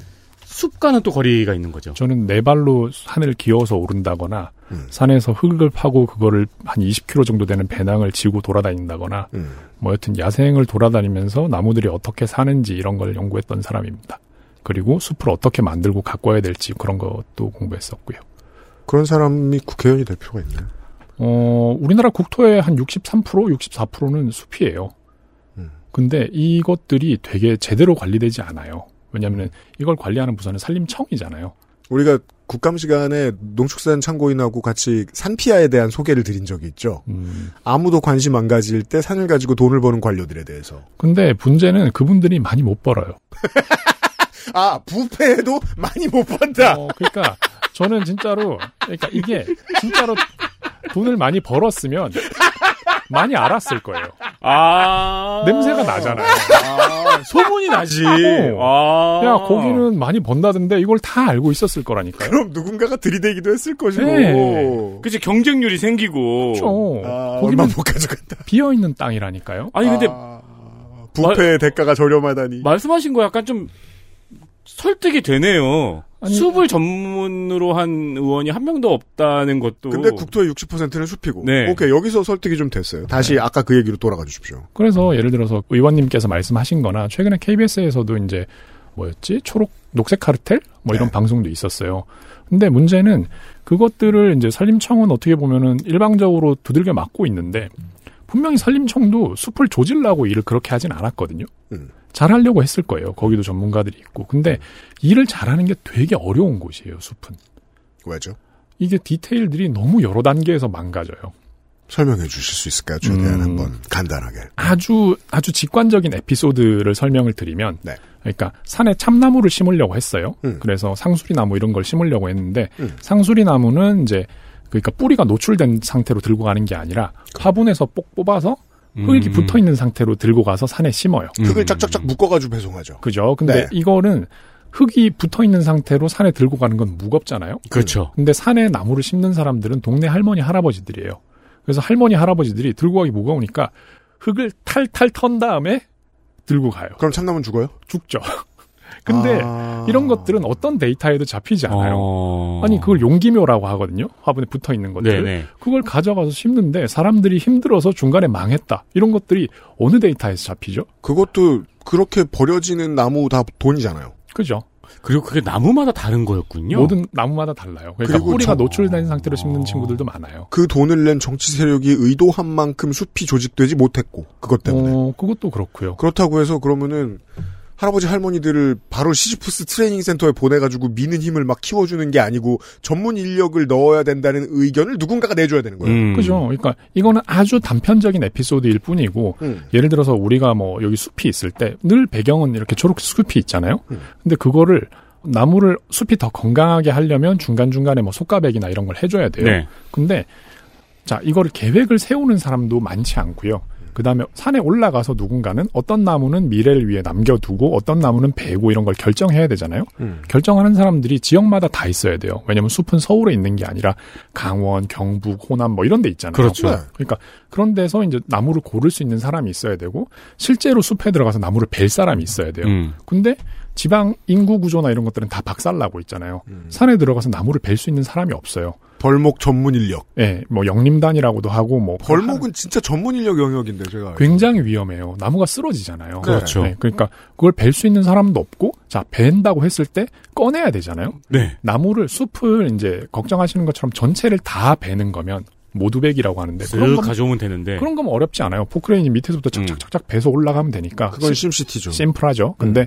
숲과는 또 거리가 있는 거죠. 저는 네 발로 산을 기어서 오른다거나 산에서 흙을 파고 그거를 한 20km 정도 되는 배낭을 지고 돌아다닌다거나 음. 뭐 여튼 야생을 돌아다니면서 나무들이 어떻게 사는지 이런 걸 연구했던 사람입니다. 그리고 숲을 어떻게 만들고 가꿔야 될지 그런 것도 공부했었고요. 그런 사람이 국회의원이 될 필요가 있나요? 어, 우리나라 국토의 한 63%, 64%는 숲이에요. 음. 근데 이것들이 되게 제대로 관리되지 않아요. 왜냐하면 이걸 관리하는 부서는 산림청이잖아요. 우리가 국감 시간에 농축산 창고인하고 같이 산피아에 대한 소개를 드린 적이 있죠. 아무도 관심 안 가질 때 산을 가지고 돈을 버는 관료들에 대해서. 근데 문제는 그분들이 많이 못 벌어요. 아 부패해도 많이 못 번다. 그러니까 저는 진짜로 그러니까 이게 진짜로 돈을 많이 벌었으면 많이 알았을 거예요. 아 냄새가 나잖아요. 소문이 나지. 아. 아. 어. 야 거기는 많이 번다던데 이걸 다 알고 있었을 거라니까요. 그럼 누군가가 들이대기도 했을 것이고. 네. 그치 경쟁률이 생기고. 그렇죠. 아, 얼마 거기는 못 가져간다. 비어 있는 땅이라니까요. 아니 근데 부패의 대가가 저렴하다니. 말씀하신 거 약간 좀 설득이 되네요. 아니, 숲을 전문으로 한 의원이 한 명도 없다는 것도. 근데 국토의 60%는 숲이고. 네. 오케이 여기서 설득이 좀 됐어요. 다시 아까 그 얘기로 돌아가 주십시오. 그래서 예를 들어서 의원님께서 말씀하신거나 최근에 KBS에서도 이제 뭐였지 초록 녹색 카르텔 뭐 이런 방송도 있었어요. 근데 문제는 그것들을 이제 산림청은 어떻게 보면은 일방적으로 두들겨 맞고 있는데 분명히 산림청도 숲을 조질라고 일을 그렇게 하진 않았거든요. 잘하려고 했을 거예요. 거기도 전문가들이 있고. 근데 일을 잘하는 게 되게 어려운 곳이에요. 숲은. 왜죠? 이게 디테일들이 너무 여러 단계에서 망가져요. 설명해 주실 수 있을까요? 음. 최대한 한번 간단하게. 아주 아주 직관적인 에피소드를 설명을 드리면 그러니까 산에 참나무를 심으려고 했어요. 그래서 상수리 나무 이런 걸 심으려고 했는데 상수리 나무는 이제 그러니까 뿌리가 노출된 상태로 들고 가는 게 아니라 화분에서 뽑 뽑아서 흙이 음. 붙어 있는 상태로 들고 가서 산에 심어요. 음. 흙을 쫙쫙쫙 묶어가지고 배송하죠. 그죠? 근데 네. 이거는 흙이 붙어 있는 상태로 산에 들고 가는 건 무겁잖아요. 그렇죠. 근데 산에 나무를 심는 사람들은 동네 할머니 할아버지들이에요. 그래서 할머니 할아버지들이 들고 가기 무거우니까 흙을 탈탈 턴 다음에 들고 가요. 그럼 참나무는 죽어요? 죽죠. 근데 아. 이런 것들은 어떤 데이터에도 잡히지 않아요. 아니 그걸 용기묘라고 하거든요. 화분에 붙어 있는 것들. 어. 네네. 그걸 가져가서 심는데 사람들이 힘들어서 중간에 망했다. 이런 것들이 어느 데이터에서 잡히죠? 그것도 그렇게 버려지는 나무 다 돈이잖아요. 그죠? 그리고 그게 나무마다 다른 거였군요. 어. 모든 나무마다 달라요. 그러니까 그리고 뿌리가 저- 노출된 상태로 심는 친구들도 많아요. 그 돈을 낸 정치 세력이 의도한 어. 만큼 숲이 조직되지 못했고 그것 때문에 그것도 그렇고요. 그렇다고 해서 그러면은 할아버지 할머니들을 바로 시지푸스 트레이닝 센터에 보내가지고 미는 힘을 막 키워주는 게 아니고 전문 인력을 넣어야 된다는 의견을 누군가가 내줘야 되는 거예요. 음. 그죠. 그러니까 이거는 아주 단편적인 에피소드일 뿐이고 음. 예를 들어서 우리가 뭐 여기 숲이 있을 때 늘 배경은 이렇게 초록 숲이 있잖아요. 근데 그거를 나무를 숲이 더 건강하게 하려면 중간중간에 뭐 속가백이나 이런 걸 해줘야 돼요. 네. 근데 자 이거를 계획을 세우는 사람도 많지 않고요. 그 다음에 산에 올라가서 누군가는 어떤 나무는 미래를 위해 남겨두고 어떤 나무는 베고 이런 걸 결정해야 되잖아요. 음. 결정하는 사람들이 지역마다 다 있어야 돼요. 왜냐면 숲은 서울에 있는 게 아니라 강원, 경북, 호남 뭐 이런 데 있잖아요. 그렇죠. 네. 그러니까 그런 데서 이제 나무를 고를 수 있는 사람이 있어야 되고 실제로 숲에 들어가서 나무를 벨 사람이 있어야 돼요. 음. 근데 지방 인구 구조나 이런 것들은 다 박살나고 있잖아요. 음. 산에 들어가서 나무를 벨 수 있는 사람이 없어요. 벌목 전문 인력. 예, 뭐 영림단이라고도 하고 뭐 벌목은 진짜 전문 인력 영역인데 제가. 알기로. 굉장히 위험해요. 나무가 쓰러지잖아요. 그렇죠. 그러니까 그걸 벨 수 있는 사람도 없고, 자 벤다고 했을 때 꺼내야 되잖아요. 네. 나무를 숲을 이제 걱정하시는 것처럼 전체를 다 베는 거면 모두 베기라고 하는데 네, 그 쓱 거면- 가져오면 되는데. 네, 그런 거면 어렵지 않아요. 포크레인이 밑에서부터 음. 착착착착 배서 올라가면 되니까. 그건 심- 심시티죠. 심플하죠. 근데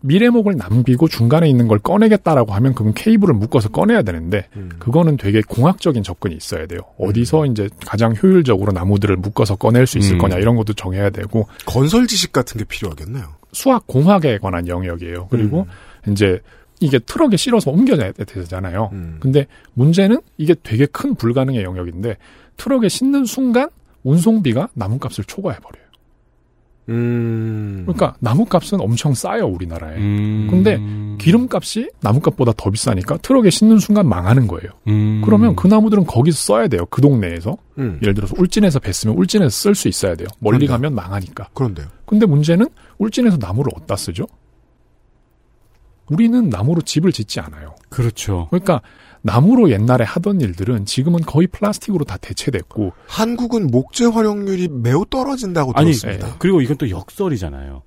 미래목을 남기고 중간에 있는 걸 꺼내겠다라고 하면 그건 케이블을 묶어서 꺼내야 되는데 그거는 되게 공학적인 접근이 있어야 돼요. 어디서 이제 가장 효율적으로 나무들을 묶어서 꺼낼 수 있을 음. 거냐 이런 것도 정해야 되고 건설 지식 같은 게 필요하겠네요. 수학 공학에 관한 영역이에요. 그리고 이제 이게 트럭에 실어서 옮겨야 되잖아요. 근데 문제는 이게 되게 큰 불가능의 영역인데 트럭에 싣는 순간 운송비가 나무값을 초과해버려요. 그러니까 나무값은 엄청 싸요 네. 우리나라에. 음. 근데 기름값이 나무값보다 더 비싸니까 트럭에 싣는 순간 망하는 거예요. 음. 그러면 그 나무들은 거기서 써야 돼요. 그 동네에서. 음. 예를 들어서 울진에서 뱄으면 울진에서 쓸 수 있어야 돼요. 멀리 가면 망하니까. 그런데요. 근데 문제는 울진에서 나무를 어디다 쓰죠? 우리는 나무로 집을 짓지 않아요. 그렇죠. 그러니까 나무로 옛날에 하던 일들은 지금은 거의 플라스틱으로 다 대체됐고 한국은 목재 활용률이 매우 떨어진다고 아니, 들었습니다. 예. 그리고 이건 또 역설이잖아요.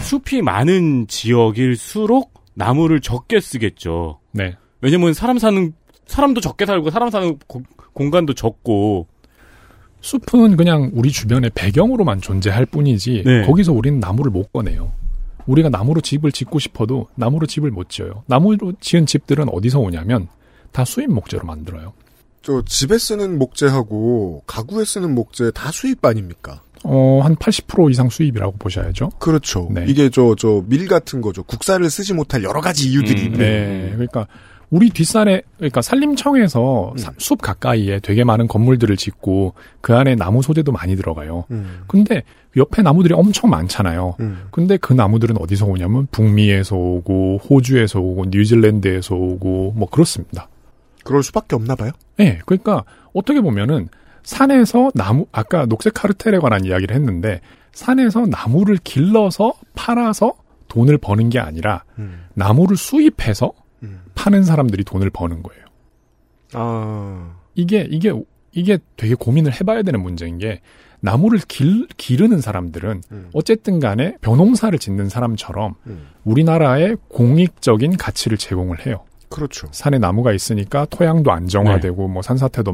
숲이 많은 지역일수록 나무를 적게 쓰겠죠. 네. 왜냐면 사람 사는, 사람도 적게 살고, 사람 사는 고- 공간도 적고. 숲은 그냥 우리 주변의 배경으로만 존재할 뿐이지 네. 거기서 우리는 나무를 못 꺼내요. 우리가 나무로 집을 짓고 싶어도 나무로 집을 못 지어요. 나무로 지은 집들은 어디서 오냐면 다 수입 목재로 만들어요. 저 집에 쓰는 목재하고 가구에 쓰는 목재 다 수입 아닙니까? 어, 한 80% 이상 수입이라고 보셔야죠. 그렇죠. 네. 이게 저 저 밀 같은 거죠. 국산을 쓰지 못할 여러 가지 이유들이 있네. 네. 그러니까 우리 뒷산에 그러니까 산림청에서 사- 숲 가까이에 되게 많은 건물들을 짓고 그 안에 나무 소재도 많이 들어가요. 근데 옆에 나무들이 엄청 많잖아요. 근데 그 나무들은 어디서 오냐면 북미에서 오고 호주에서 오고 뉴질랜드에서 오고 뭐 그렇습니다. 그럴 수밖에 없나 봐요. 네, 그러니까 어떻게 보면은 산에서 나무 아까 녹색 카르텔에 관한 이야기를 했는데 산에서 나무를 길러서 팔아서 돈을 버는 게 아니라 음, 나무를 수입해서 파는 사람들이 돈을 버는 거예요. 아. 이게 이게 이게 되게 고민을 해봐야 되는 문제인 게 나무를 길, 기르는 사람들은 음. 어쨌든 간에 벼농사를 짓는 사람처럼 우리나라에 공익적인 가치를 제공을 해요. 그렇죠. 산에 나무가 있으니까 토양도 안정화되고 뭐 산사태도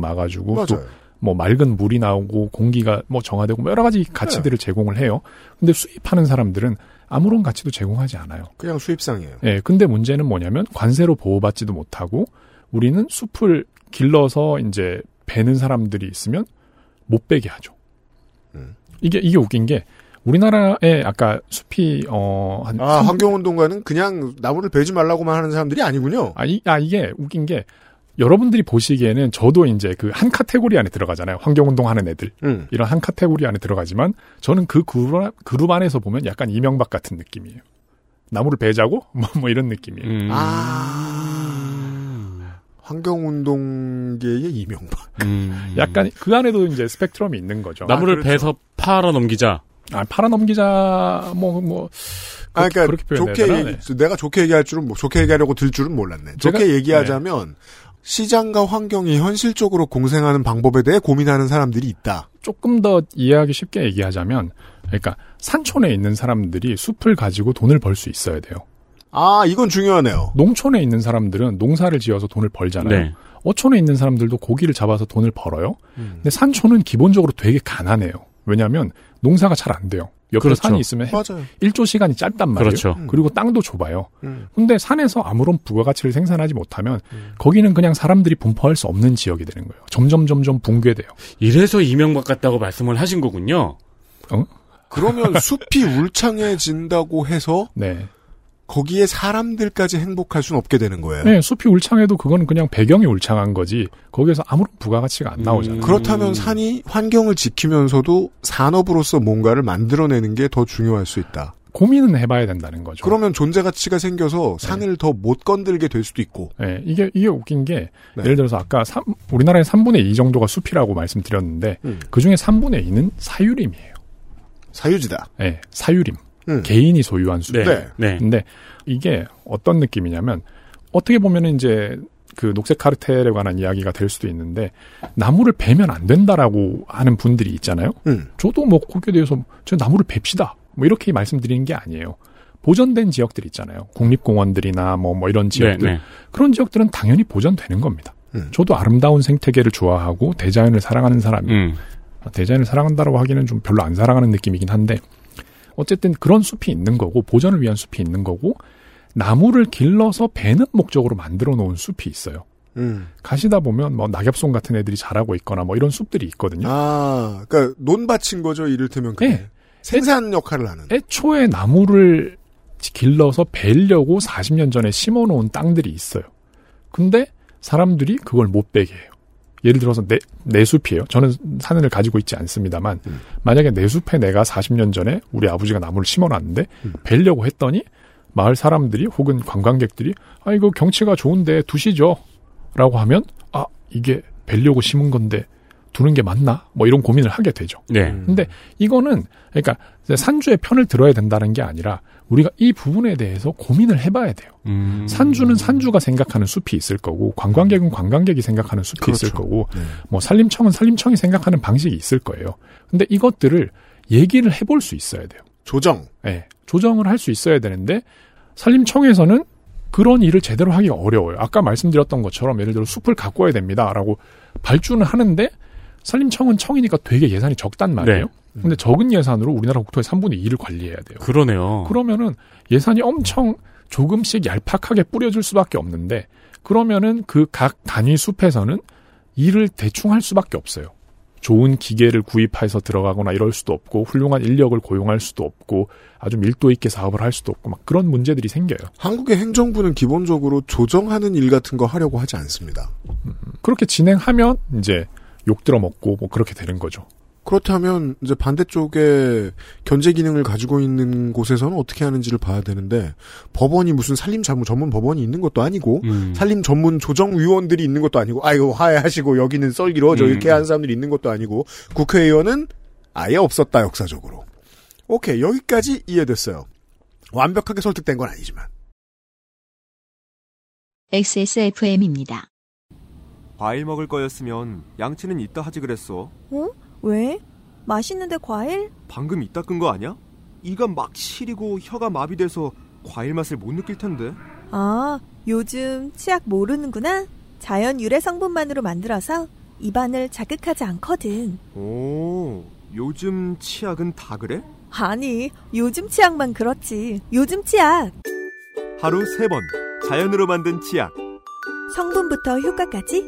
네. 막아주고 맞아요. 또 뭐 맑은 물이 나오고 공기가 뭐 정화되고 뭐 여러 네. 가지 가치들을 제공을 해요. 근데 수입하는 사람들은 아무런 가치도 제공하지 않아요. 그냥 수입상이에요. 예, 근데 문제는 뭐냐면 관세로 보호받지도 못하고 우리는 숲을 길러서 이제 베는 사람들이 있으면 못 베게 하죠. 이게 이게 웃긴 게 우리나라에 아까 숲이 어한 아, 환경운동가는 그냥 나무를 베지 말라고만 하는 사람들이 아니군요. 아, 이, 아, 이게 웃긴 게 여러분들이 보시기에는 저도 이제 그 한 카테고리 안에 들어가잖아요. 환경운동 하는 애들. 음. 이런 한 카테고리 안에 들어가지만 저는 그 그룹, 안- 그룹 안에서 보면 약간 이명박 같은 느낌이에요. 나무를 베자고? 뭐, 뭐 이런 느낌이에요. 음. 음. 아. 환경운동계의 아, 이명박. 음. 약간 그 안에도 이제 스펙트럼이 있는 거죠. 나무를 베서 팔아 넘기자. 아, 팔아넘기자, 뭐, 뭐. 아, 그렇게- 그러니까 그렇게 표현해야 좋게 되나? 얘기, 네. 내가 좋게 얘기할 줄은 뭐- 좋게 얘기하려고 들 줄은 몰랐네. 제가- 네. 좋게 얘기하자면 시장과 환경이 현실적으로 공생하는 방법에 대해 고민하는 사람들이 있다. 조금 더 이해하기 쉽게 얘기하자면, 그러니까 산촌에 있는 사람들이 숲을 가지고 돈을 벌 수 있어야 돼요. 아, 이건 중요하네요. 농촌에 있는 사람들은 농사를 지어서 돈을 벌잖아요. 네. 어촌에 있는 사람들도 고기를 잡아서 돈을 벌어요. 근데 산촌은 기본적으로 되게 가난해요. 왜냐하면 농사가 잘 안 돼요. 옆에 그렇죠. 산이 있으면 해- 맞아요. 일조 시간이 짧단 말이에요. 그렇죠. 그리고 땅도 좁아요. 음. 근데 산에서 아무런 부가가치를 생산하지 못하면 거기는 그냥 사람들이 분포할 수 없는 지역이 되는 거예요. 점점 점점 붕괴돼요. 이래서 이명박 같다고 말씀을 하신 거군요. 그러면 숲이 울창해진다고 해서 네. 거기에 사람들까지 행복할 수는 없게 되는 거예요. 네, 숲이 울창해도 그건 그냥 배경이 울창한 거지. 거기에서 아무런 부가가치가 안 나오잖아요. 그렇다면 산이 환경을 지키면서도 산업으로서 뭔가를 만들어내는 게 더 중요할 수 있다. 고민은 해봐야 된다는 거죠. 그러면 존재 가치가 생겨서 산을 더 못 건들게 될 수도 있고. 예, 이게, 이게 웃긴 게, 예를 들어서 아까 삼- 우리나라의 3분의 2 정도가 숲이라고 말씀드렸는데, 그 중에 3분의 2는 사유림이에요. 사유지다. 예, 사유림. 음. 개인이 소유한 숲. 네, 네. 네. 근데 이게 어떤 느낌이냐면, 어떻게 보면은 이제, 그 녹색 카르텔에 관한 이야기가 될 수도 있는데 나무를 베면 안 된다라고 하는 분들이 있잖아요. 음. 저도 뭐 거기에 대해서 저 나무를 뱁시다 뭐 이렇게 말씀드리는 게 아니에요. 보존된 지역들 있잖아요. 국립공원들이나 뭐, 뭐 이런 지역들. 네, 네. 그런 지역들은 당연히 보존되는 겁니다. 음. 저도 아름다운 생태계를 좋아하고 대자연을 사랑하는 사람이 음. 대자연을 사랑한다라고 하기는 좀 별로 안 사랑하는 느낌이긴 한데 어쨌든 그런 숲이 있는 거고 보존을 위한 숲이 있는 거고 나무를 길러서 베는 목적으로 만들어 놓은 숲이 있어요. 음. 가시다 보면 뭐 낙엽송 같은 애들이 자라고 있거나 뭐 이런 숲들이 있거든요. 아, 그러니까 논밭인 거죠. 이를테면 그게. 생산 역할을 하는. 네. 애초에 나무를 길러서 베려고 40년 전에 심어놓은 땅들이 있어요. 근데 사람들이 그걸 못 베게 해요. 예를 들어서 내, 내 숲이에요. 저는 산을 가지고 있지 않습니다만 음. 만약에 내 숲에 내가 40년 전에 우리 아버지가 나무를 심어놨는데 음. 베려고 했더니 마을 사람들이 혹은 관광객들이 아 이거 경치가 좋은데 두시죠 라고 하면 아 이게 베려고 심은 건데 두는 게 맞나? 뭐 이런 고민을 하게 되죠. 네. 음. 근데 이거는 그러니까 이제 산주의 편을 들어야 된다는 게 아니라 우리가 이 부분에 대해서 고민을 해봐야 돼요. 음. 산주는 산주가 생각하는 숲이 있을 거고 관광객은 관광객이 생각하는 숲이 그렇죠. 있을 거고 뭐 산림청은 산림청이 생각하는 방식이 있을 거예요. 근데 이것들을 얘기를 해볼 수 있어야 돼요. 조정. 예, 조정을 할 수 있어야 되는데 산림청에서는 그런 일을 제대로 하기가 어려워요. 아까 말씀드렸던 것처럼 예를 들어 숲을 가꿔야 됩니다라고 발주는 하는데 산림청은 청이니까 되게 예산이 적단 말이에요. 네. 근데 적은 예산으로 우리나라 국토의 3분의 2를 관리해야 돼요. 그러네요. 그러면은 예산이 엄청 조금씩 얄팍하게 뿌려질 수밖에 없는데 그러면은 그 각 단위 숲에서는 일을 대충 할 수밖에 없어요. 좋은 기계를 구입해서 들어가거나 이럴 수도 없고 훌륭한 인력을 고용할 수도 없고 아주 밀도 있게 사업을 할 수도 없고 막 그런 문제들이 생겨요. 한국의 행정부는 기본적으로 조정하는 일 같은 거 하려고 하지 않습니다. 그렇게 진행하면 이제 욕 들어 먹고 뭐 그렇게 되는 거죠. 그렇다면 이제 반대쪽에 견제 기능을 가지고 있는 곳에서는 어떻게 하는지를 봐야 되는데 법원이 무슨 산림 자무 전문 법원이 있는 것도 아니고 음. 산림 전문 조정 위원들이 있는 것도 아니고 아이고 화해하시고 여기는 썰기로 저 이렇게 음. 하는 사람들이 있는 것도 아니고 국회의원은 아예 없었다 역사적으로. 오케이 여기까지 이해됐어요. 완벽하게 설득된 건 아니지만 XSFM입니다. 과일 먹을 거였으면 양치는 이따 하지 그랬어. 어? 왜? 맛있는데 과일? 방금 이따 끈 거 아니야? 이가 막 시리고 혀가 마비돼서 과일 맛을 못 느낄 텐데. 아, 요즘 치약 모르는구나. 자연 유래 성분만으로 만들어서 입안을 자극하지 않거든. 오, 요즘 치약은 다 그래? 아니, 요즘 치약만 그렇지. 요즘 치약. 하루 세 번 자연으로 만든 치약. 성분부터 효과까지.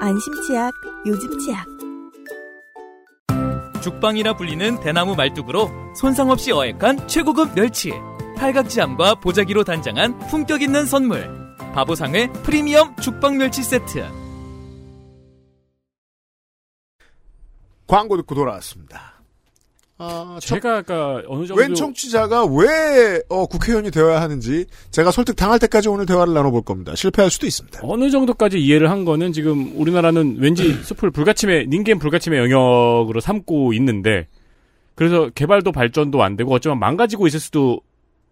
안심 치약, 요즘 치약. 죽방이라 불리는 대나무 말뚝으로 손상 없이 어획한 최고급 멸치, 팔각지함과 보자기로 단장한 품격 있는 선물, 바보상회 프리미엄 죽방 멸치 세트. 광고 듣고 돌아왔습니다. 제가 아까 어느 정도 웬 청취자가 왜 어, 국회의원이 되어야 하는지 제가 설득 당할 때까지 오늘 대화를 나눠볼 겁니다. 실패할 수도 있습니다. 어느 정도까지 이해를 한 거는 지금 우리나라는 왠지 숲을 불가침의 닌겐 불가침의 영역으로 삼고 있는데 그래서 개발도 발전도 안 되고 어쩌면 망가지고 있을 수도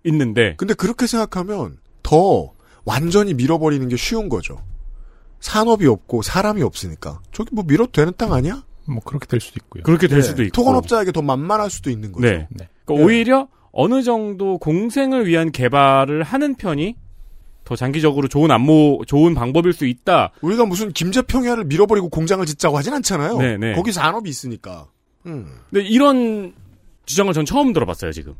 있는데 근데 그렇게 생각하면 더 완전히 밀어버리는 게 쉬운 거죠. 산업이 없고 사람이 없으니까 저기 뭐 밀어도 되는 땅 아니야? 네. 뭐 그렇게 될 수도 있고요. 그렇게 될 수도 있고. 토건업자에게 더 만만할 수도 있는 거죠. 네. 그러니까 오히려 어느 정도 공생을 위한 개발을 하는 편이 더 장기적으로 좋은 안모 좋은 방법일 수 있다. 우리가 무슨 김제평야를 밀어버리고 공장을 짓자고 하진 않잖아요. 네, 네. 거기 산업이 있으니까. 음. 근데 이런 주장을 전 처음 들어봤어요 지금.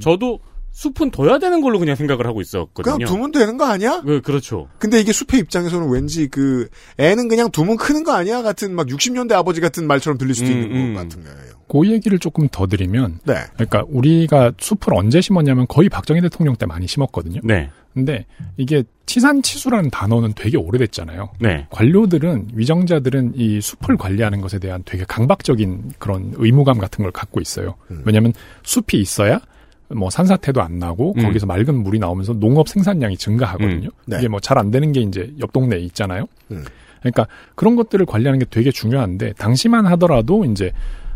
저도 숲은 둬야 되는 걸로 그냥 생각을 하고 있었거든요. 그냥 두면 되는 거 아니야? 네, 그렇죠. 근데 이게 숲의 입장에서는 왠지 그 애는 그냥 두면 크는 거 아니야 같은 막 60년대 아버지 같은 말처럼 들릴 음, 수도 있는 것 같은 거예요. 그 얘기를 조금 더 드리면, 네. 그러니까 우리가 숲을 언제 심었냐면 거의 박정희 대통령 때 많이 심었거든요. 네. 근데 이게 치산치수라는 단어는 되게 오래됐잖아요. 네. 관료들은 위정자들은 이 숲을 관리하는 것에 대한 되게 강박적인 그런 의무감 같은 걸 갖고 있어요. 음. 왜냐하면 숲이 있어야 뭐 산사태도 안 나고 음. 거기서 맑은 물이 나오면서 농업 생산량이 증가하거든요. 음. 네. 이게 뭐 잘 안 되는 게 이제 옆 동네에 있잖아요. 음. 그러니까 그런 것들을 관리하는 게 되게 중요한데 당시만 하더라도 이제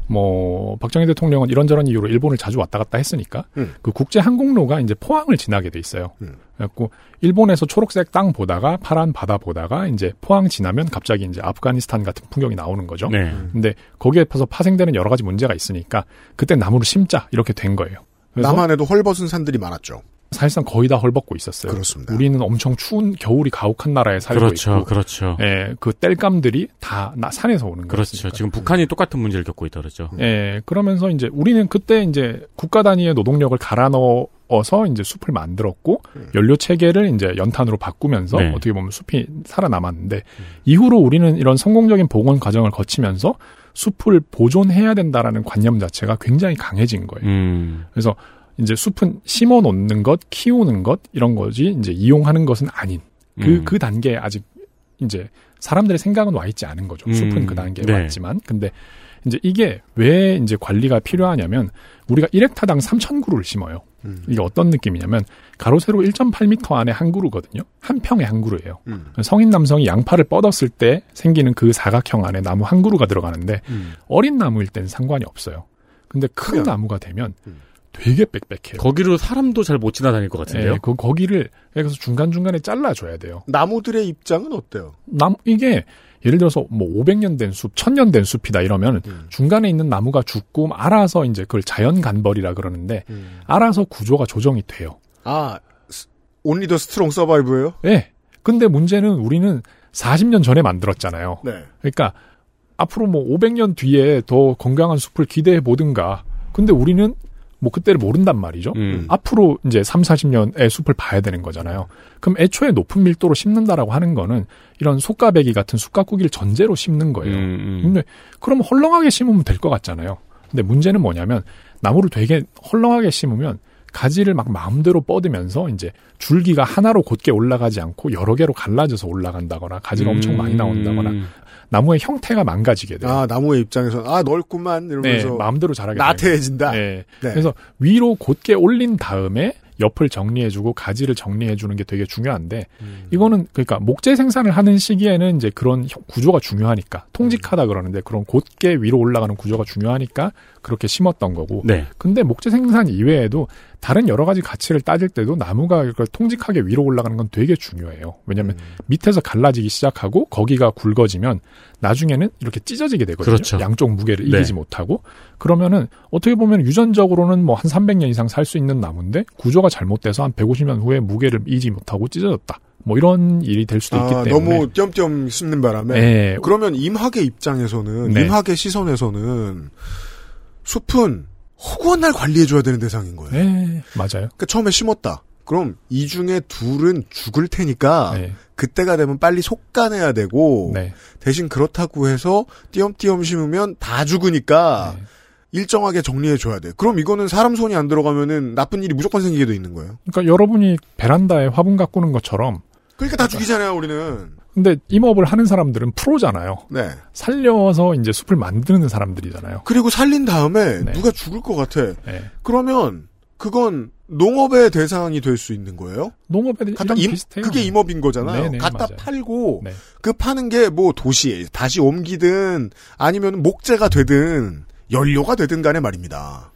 뭐 박정희 대통령은 이런저런 이유로 일본을 자주 왔다 갔다 했으니까 음. 그 국제 항공로가 이제 포항을 지나게 돼 있어요. 네. 그래갖고 일본에서 초록색 땅 보다가 파란 바다 보다가 이제 포항 지나면 갑자기 이제 아프가니스탄 같은 풍경이 나오는 거죠. 음. 네. 근데 거기에서 파생되는 여러 가지 문제가 있으니까 그때 나무를 심자 이렇게 된 거예요. 남한에도 헐벗은 산들이 많았죠. 사실상 거의 다 헐벗고 네. 있었어요. 그렇습니다. 우리는 엄청 추운 겨울이 가혹한 나라에 살고 그렇죠, 있고, 그렇죠. 예, 그 땔감들이 다 나- 산에서 오는 그러니까. 거죠. 그렇죠. 지금 북한이 똑같은 문제를 겪고 있다 그랬죠. 예, 그러면서 이제 우리는 그때 이제 국가 단위의 노동력을 갈아 넣어서 이제 숲을 만들었고 연료 체계를 이제 연탄으로 바꾸면서 네. 어떻게 보면 숲이 살아남았는데 이후로 우리는 이런 성공적인 복원 과정을 거치면서 숲을 보존해야 된다라는 관념 자체가 굉장히 강해진 음. 거예요. 그래서 이제 숲은 심어 놓는 것, 키우는 것 이런 거지 이제 이용하는 것은 아닌 그 그 음. 단계에 아직 이제 사람들의 생각은 와 있지 않은 거죠. 숲은 음, 그 단계에 네. 왔지만 근데 이제 이게 왜 이제 관리가 필요하냐면 우리가 1헥타당 3,000그루를 심어요. 이게 어떤 느낌이냐면 가로 세로 1.8m 안에 한 그루거든요. 한 평에 한 그루예요. 성인 남성이 양파를 뻗었을 때 생기는 그 사각형 안에 나무 한 그루가 들어가는데 어린 나무일 땐 상관이 없어요. 근데 큰 나무가 되면 되게 빽빽해요. 거기로 사람도 잘 못 지나다닐 것 같은데요. 예, 그 거기를 그래서 중간 중간에 잘라줘야 돼요. 나무들의 입장은 어때요? 남 이게 예를 들어서 뭐 500년 된 숲, 1000년 된 숲이다 이러면 중간에 있는 나무가 죽고 알아서 이제 그걸 자연 간벌이라 그러는데 알아서 구조가 조정이 돼요. 아, 스- 온리 더 스트롱 서바이브예요? 예. 근데 문제는 우리는 40년 전에 만들었잖아요. 네. 그러니까 앞으로 뭐 500년 뒤에 더 건강한 숲을 기대해 보든가. 근데 우리는 뭐 그때를 모른단 말이죠. 음. 앞으로 이제 3, 40년의 숲을 봐야 되는 거잖아요. 그럼 애초에 높은 밀도로 심는다라고 하는 거는 이런 속가배기 같은 숲가꾸기를 전제로 심는 거예요. 근데 그럼 헐렁하게 심으면 될 것 같잖아요. 근데 문제는 뭐냐면 나무를 되게 헐렁하게 심으면 가지를 막 마음대로 뻗으면서 이제 줄기가 하나로 곧게 올라가지 않고 여러 개로 갈라져서 올라간다거나 가지가 엄청 음. 많이 나온다거나 나무의 형태가 망가지게 돼요. 아, 나무의 입장에서 아, 넓구만 이러면서 네, 마음대로 자라게 나태해진다. 네. 그래서 위로 곧게 올린 다음에 옆을 정리해주고 가지를 정리해주는 게 되게 중요한데 음. 이거는 그러니까 목재 생산을 하는 시기에는 이제 그런 형- 구조가 중요하니까 음. 통직하다 그러는데 그런 곧게 위로 올라가는 구조가 중요하니까 그렇게 심었던 거고. 네. 근데 목재 생산 이외에도 다른 여러 가지 가치를 따질 때도 나무가 그걸 통직하게 위로 올라가는 건 되게 중요해요. 왜냐하면 밑에서 갈라지기 시작하고 거기가 굵어지면 나중에는 이렇게 찢어지게 되거든요. 그렇죠. 양쪽 무게를 이기지 네. 못하고 그러면은 어떻게 보면 유전적으로는 뭐 한 300년 이상 살 수 있는 나무인데 구조가 잘못돼서 한 150년 후에 무게를 이지 못하고 찢어졌다. 뭐 이런 일이 될 수도 있기 아, 때문에 너무 띄엄띄엄 씹는 바람에 네. 그러면 임학의 입장에서는 네. 임학의 시선에서는 숲은 허구한 날 관리해줘야 되는 대상인 거예요. 네, 맞아요. 그러니까 처음에 심었다. 그럼 이 중에 둘은 죽을 테니까 네. 그때가 되면 빨리 속가내야 되고 대신 그렇다고 해서 띄엄띄엄 심으면 다 죽으니까 일정하게 정리해줘야 돼. 그럼 이거는 사람 손이 안 들어가면은 나쁜 일이 무조건 생기게 돼 있는 거예요. 그러니까 여러분이 베란다에 화분 가꾸는 것처럼 그러니까 다 죽이잖아요, 우리는. 근데 임업을 하는 사람들은 프로잖아요. 네. 살려서 이제 숲을 만드는 사람들이잖아요. 그리고 살린 다음에 누가 죽을 것 같아. 네. 그러면 그건 농업의 대상이 될 수 있는 거예요? 농업에 갖다 임, 그게 임업인 거잖아요. 네네, 갖다 맞아요. 팔고 네. 그 파는 게 뭐 도시에 다시 옮기든 아니면 목재가 되든 연료가 되든 간에 말입니다.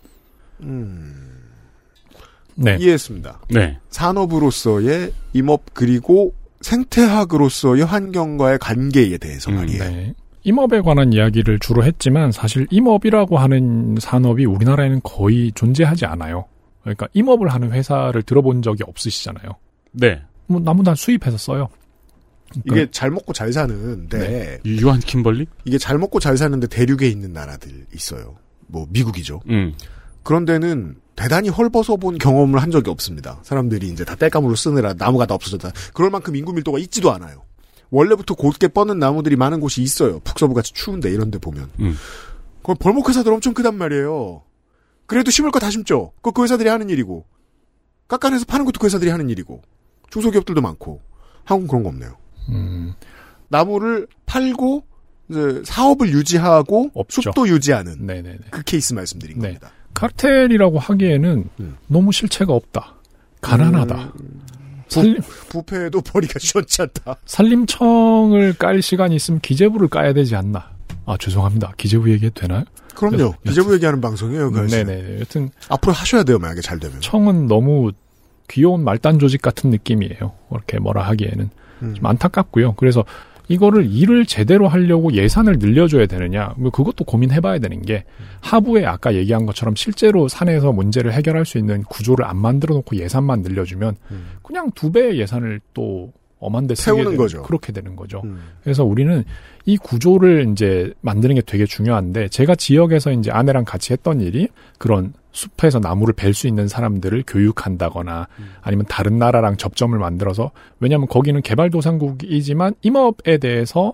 음. 네. 이해했습니다. 네. 산업으로서의 임업 그리고 생태학으로서의 환경과의 관계에 대해서 말이에요. 네. 임업에 관한 이야기를 주로 했지만 사실 임업이라고 하는 산업이 우리나라에는 거의 존재하지 않아요. 그러니까 임업을 하는 회사를 들어본 적이 없으시잖아요. 네. 뭐 나무단 수입해서 써요. 그러니까 이게 잘 먹고 잘 사는데 유한 킴벌리? 음, 이게 잘 먹고 잘 사는데 대륙에 있는 나라들 있어요. 뭐 미국이죠. 그런 데는 대단히 헐벗어 본 경험을 한 적이 없습니다. 사람들이 이제 다 땔감으로 쓰느라 나무가 다 없어졌다. 그럴 만큼 인구 밀도가 있지도 않아요. 원래부터 곧게 뻗는 나무들이 많은 곳이 있어요. 북서부 같이 추운데 이런 데 보면. 음. 그 벌목 회사들 엄청 크단 말이에요. 그래도 심을 거 다 심죠. 그거 그 회사들이 하는 일이고. 깎아내서 파는 것도 그 회사들이 하는 일이고. 중소기업들도 많고. 한국은 그런 거 없네요. 음, 나무를 팔고 이제 사업을 유지하고 숲도 유지하는 그 케이스 말씀드린 겁니다. 카르텔이라고 하기에는 음. 너무 실체가 없다. 가난하다. 살림- 부, 패에도 벌이가 시원치 않다. 산림청을 깔 시간이 있으면 기재부를 까야 되지 않나. 아 죄송합니다. 기재부 얘기해도 되나요? 그럼요. 기재부 얘기하는 방송이에요. 네. 그 네네. 여튼 앞으로 하셔야 돼요. 만약에 잘 되면. 청은 너무 귀여운 말단 조직 같은 느낌이에요. 이렇게 뭐라 하기에는 음. 좀 안타깝고요. 그래서 이거를 일을 제대로 하려고 예산을 늘려줘야 되느냐, 뭐 그것도 고민해봐야 되는 게 하부에 아까 얘기한 것처럼 실제로 산에서 문제를 해결할 수 있는 구조를 안 만들어놓고 예산만 늘려주면 음. 그냥 두 배의 예산을 또 엄한데 쓰게 태우는 되는- 거죠. 음. 그렇게 되는 거죠. 그래서 우리는 이 구조를 이제 만드는 게 되게 중요한데 제가 지역에서 이제 아내랑 같이 했던 일이 그런 숲에서 나무를 벨 수 있는 사람들을 교육한다거나 아니면 다른 나라랑 접점을 만들어서 왜냐하면 거기는 개발도상국이지만 임업에 대해서는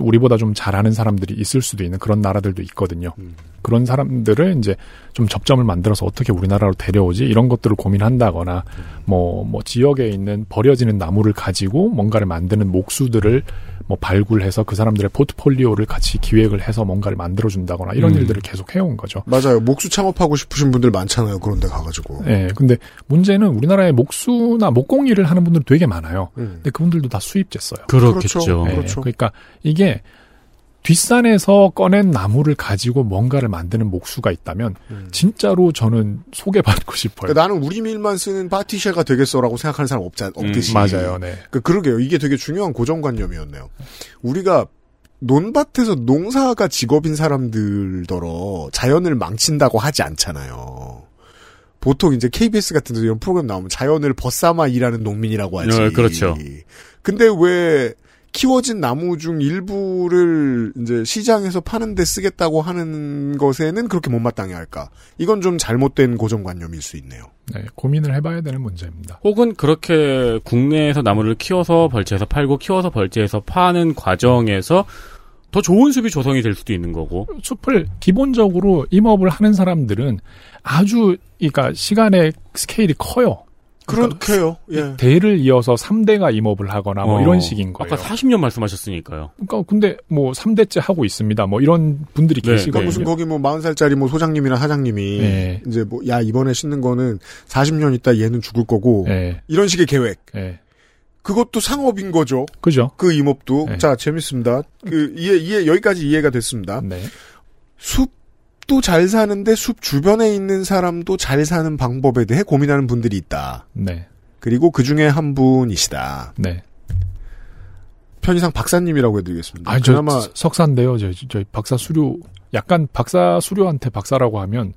우리보다 좀 잘하는 사람들이 있을 수도 있는 그런 나라들도 있거든요. 그런 사람들을 이제 좀 접점을 만들어서 어떻게 우리나라로 데려오지 이런 것들을 고민한다거나 뭐 뭐 지역에 있는 버려지는 나무를 가지고 뭔가를 만드는 목수들을 뭐 발굴해서 그 사람들의 포트폴리오를 같이 기획을 해서 뭔가를 만들어 준다거나 이런 음. 일들을 계속 해온 거죠. 맞아요. 목수 창업하고 싶으신 분들 많잖아요. 그런 데 가가지고. 예, 근데 문제는 우리나라에 목수나 목공 일을 하는 분들 되게 많아요. 음. 근데 그분들도 다 수입제 써요. 그렇겠죠. 그렇죠. 예, 그렇죠. 그러니까 이게 뒷산에서 꺼낸 나무를 가지고 뭔가를 만드는 목수가 있다면 음. 진짜로 저는 소개받고 싶어요. 그러니까 나는 우리 밀만 쓰는 파티샤가 되겠어라고 생각하는 사람 없자, 없듯이. 음, 맞아요, 네. 그, 그러게요. 이게 되게 중요한 고정관념이었네요. 우리가 논밭에서 농사가 직업인 사람들더러 자연을 망친다고 하지 않잖아요. 보통 이제 KBS 같은 데서 이런 프로그램 나오면 자연을 벗삼아 일하는 농민이라고 하지. 어, 그렇죠. 근데 왜 키워진 나무 중 일부를 이제 시장에서 파는데 쓰겠다고 하는 것에는 그렇게 못마땅해 할까? 이건 좀 잘못된 고정관념일 수 있네요. 네, 고민을 해봐야 되는 문제입니다. 혹은 그렇게 국내에서 나무를 키워서 벌채에서 팔고 키워서 벌채에서 파는 과정에서 더 좋은 숲이 조성이 될 수도 있는 거고. 숲을 기본적으로 임업을 하는 사람들은 아주 그러니까 시간의 스케일이 커요. 그렇게요. 예. 대를 이어서 3대가 임업을 하거나 뭐 이런 어, 식인 거예요. 아까 40년 말씀하셨으니까요. 그러니까 근데 뭐 3대째 하고 있습니다. 뭐 이런 분들이 네, 계시거든요. 네. 무슨 거기 뭐 40살짜리 뭐 소장님이나 사장님이 네. 이제 뭐 야 이번에 씻는 거는 40년 있다 얘는 죽을 거고 예. 이런 식의 계획. 그것도 상업인 거죠. 그죠? 그 임업도 예. 자 재밌습니다. 그 이해 이해 여기까지 이해가 됐습니다. 네, 숲도 잘 사는데 숲 주변에 있는 사람도 잘 사는 방법에 대해 고민하는 분들이 있다. 네. 그리고 그 중에 한 분이시다. 네. 편의상 박사님이라고 해드리겠습니다. 아, 저 그나마 석사인데요. 저, 저 박사 수료 약간 박사 수료한테 박사라고 하면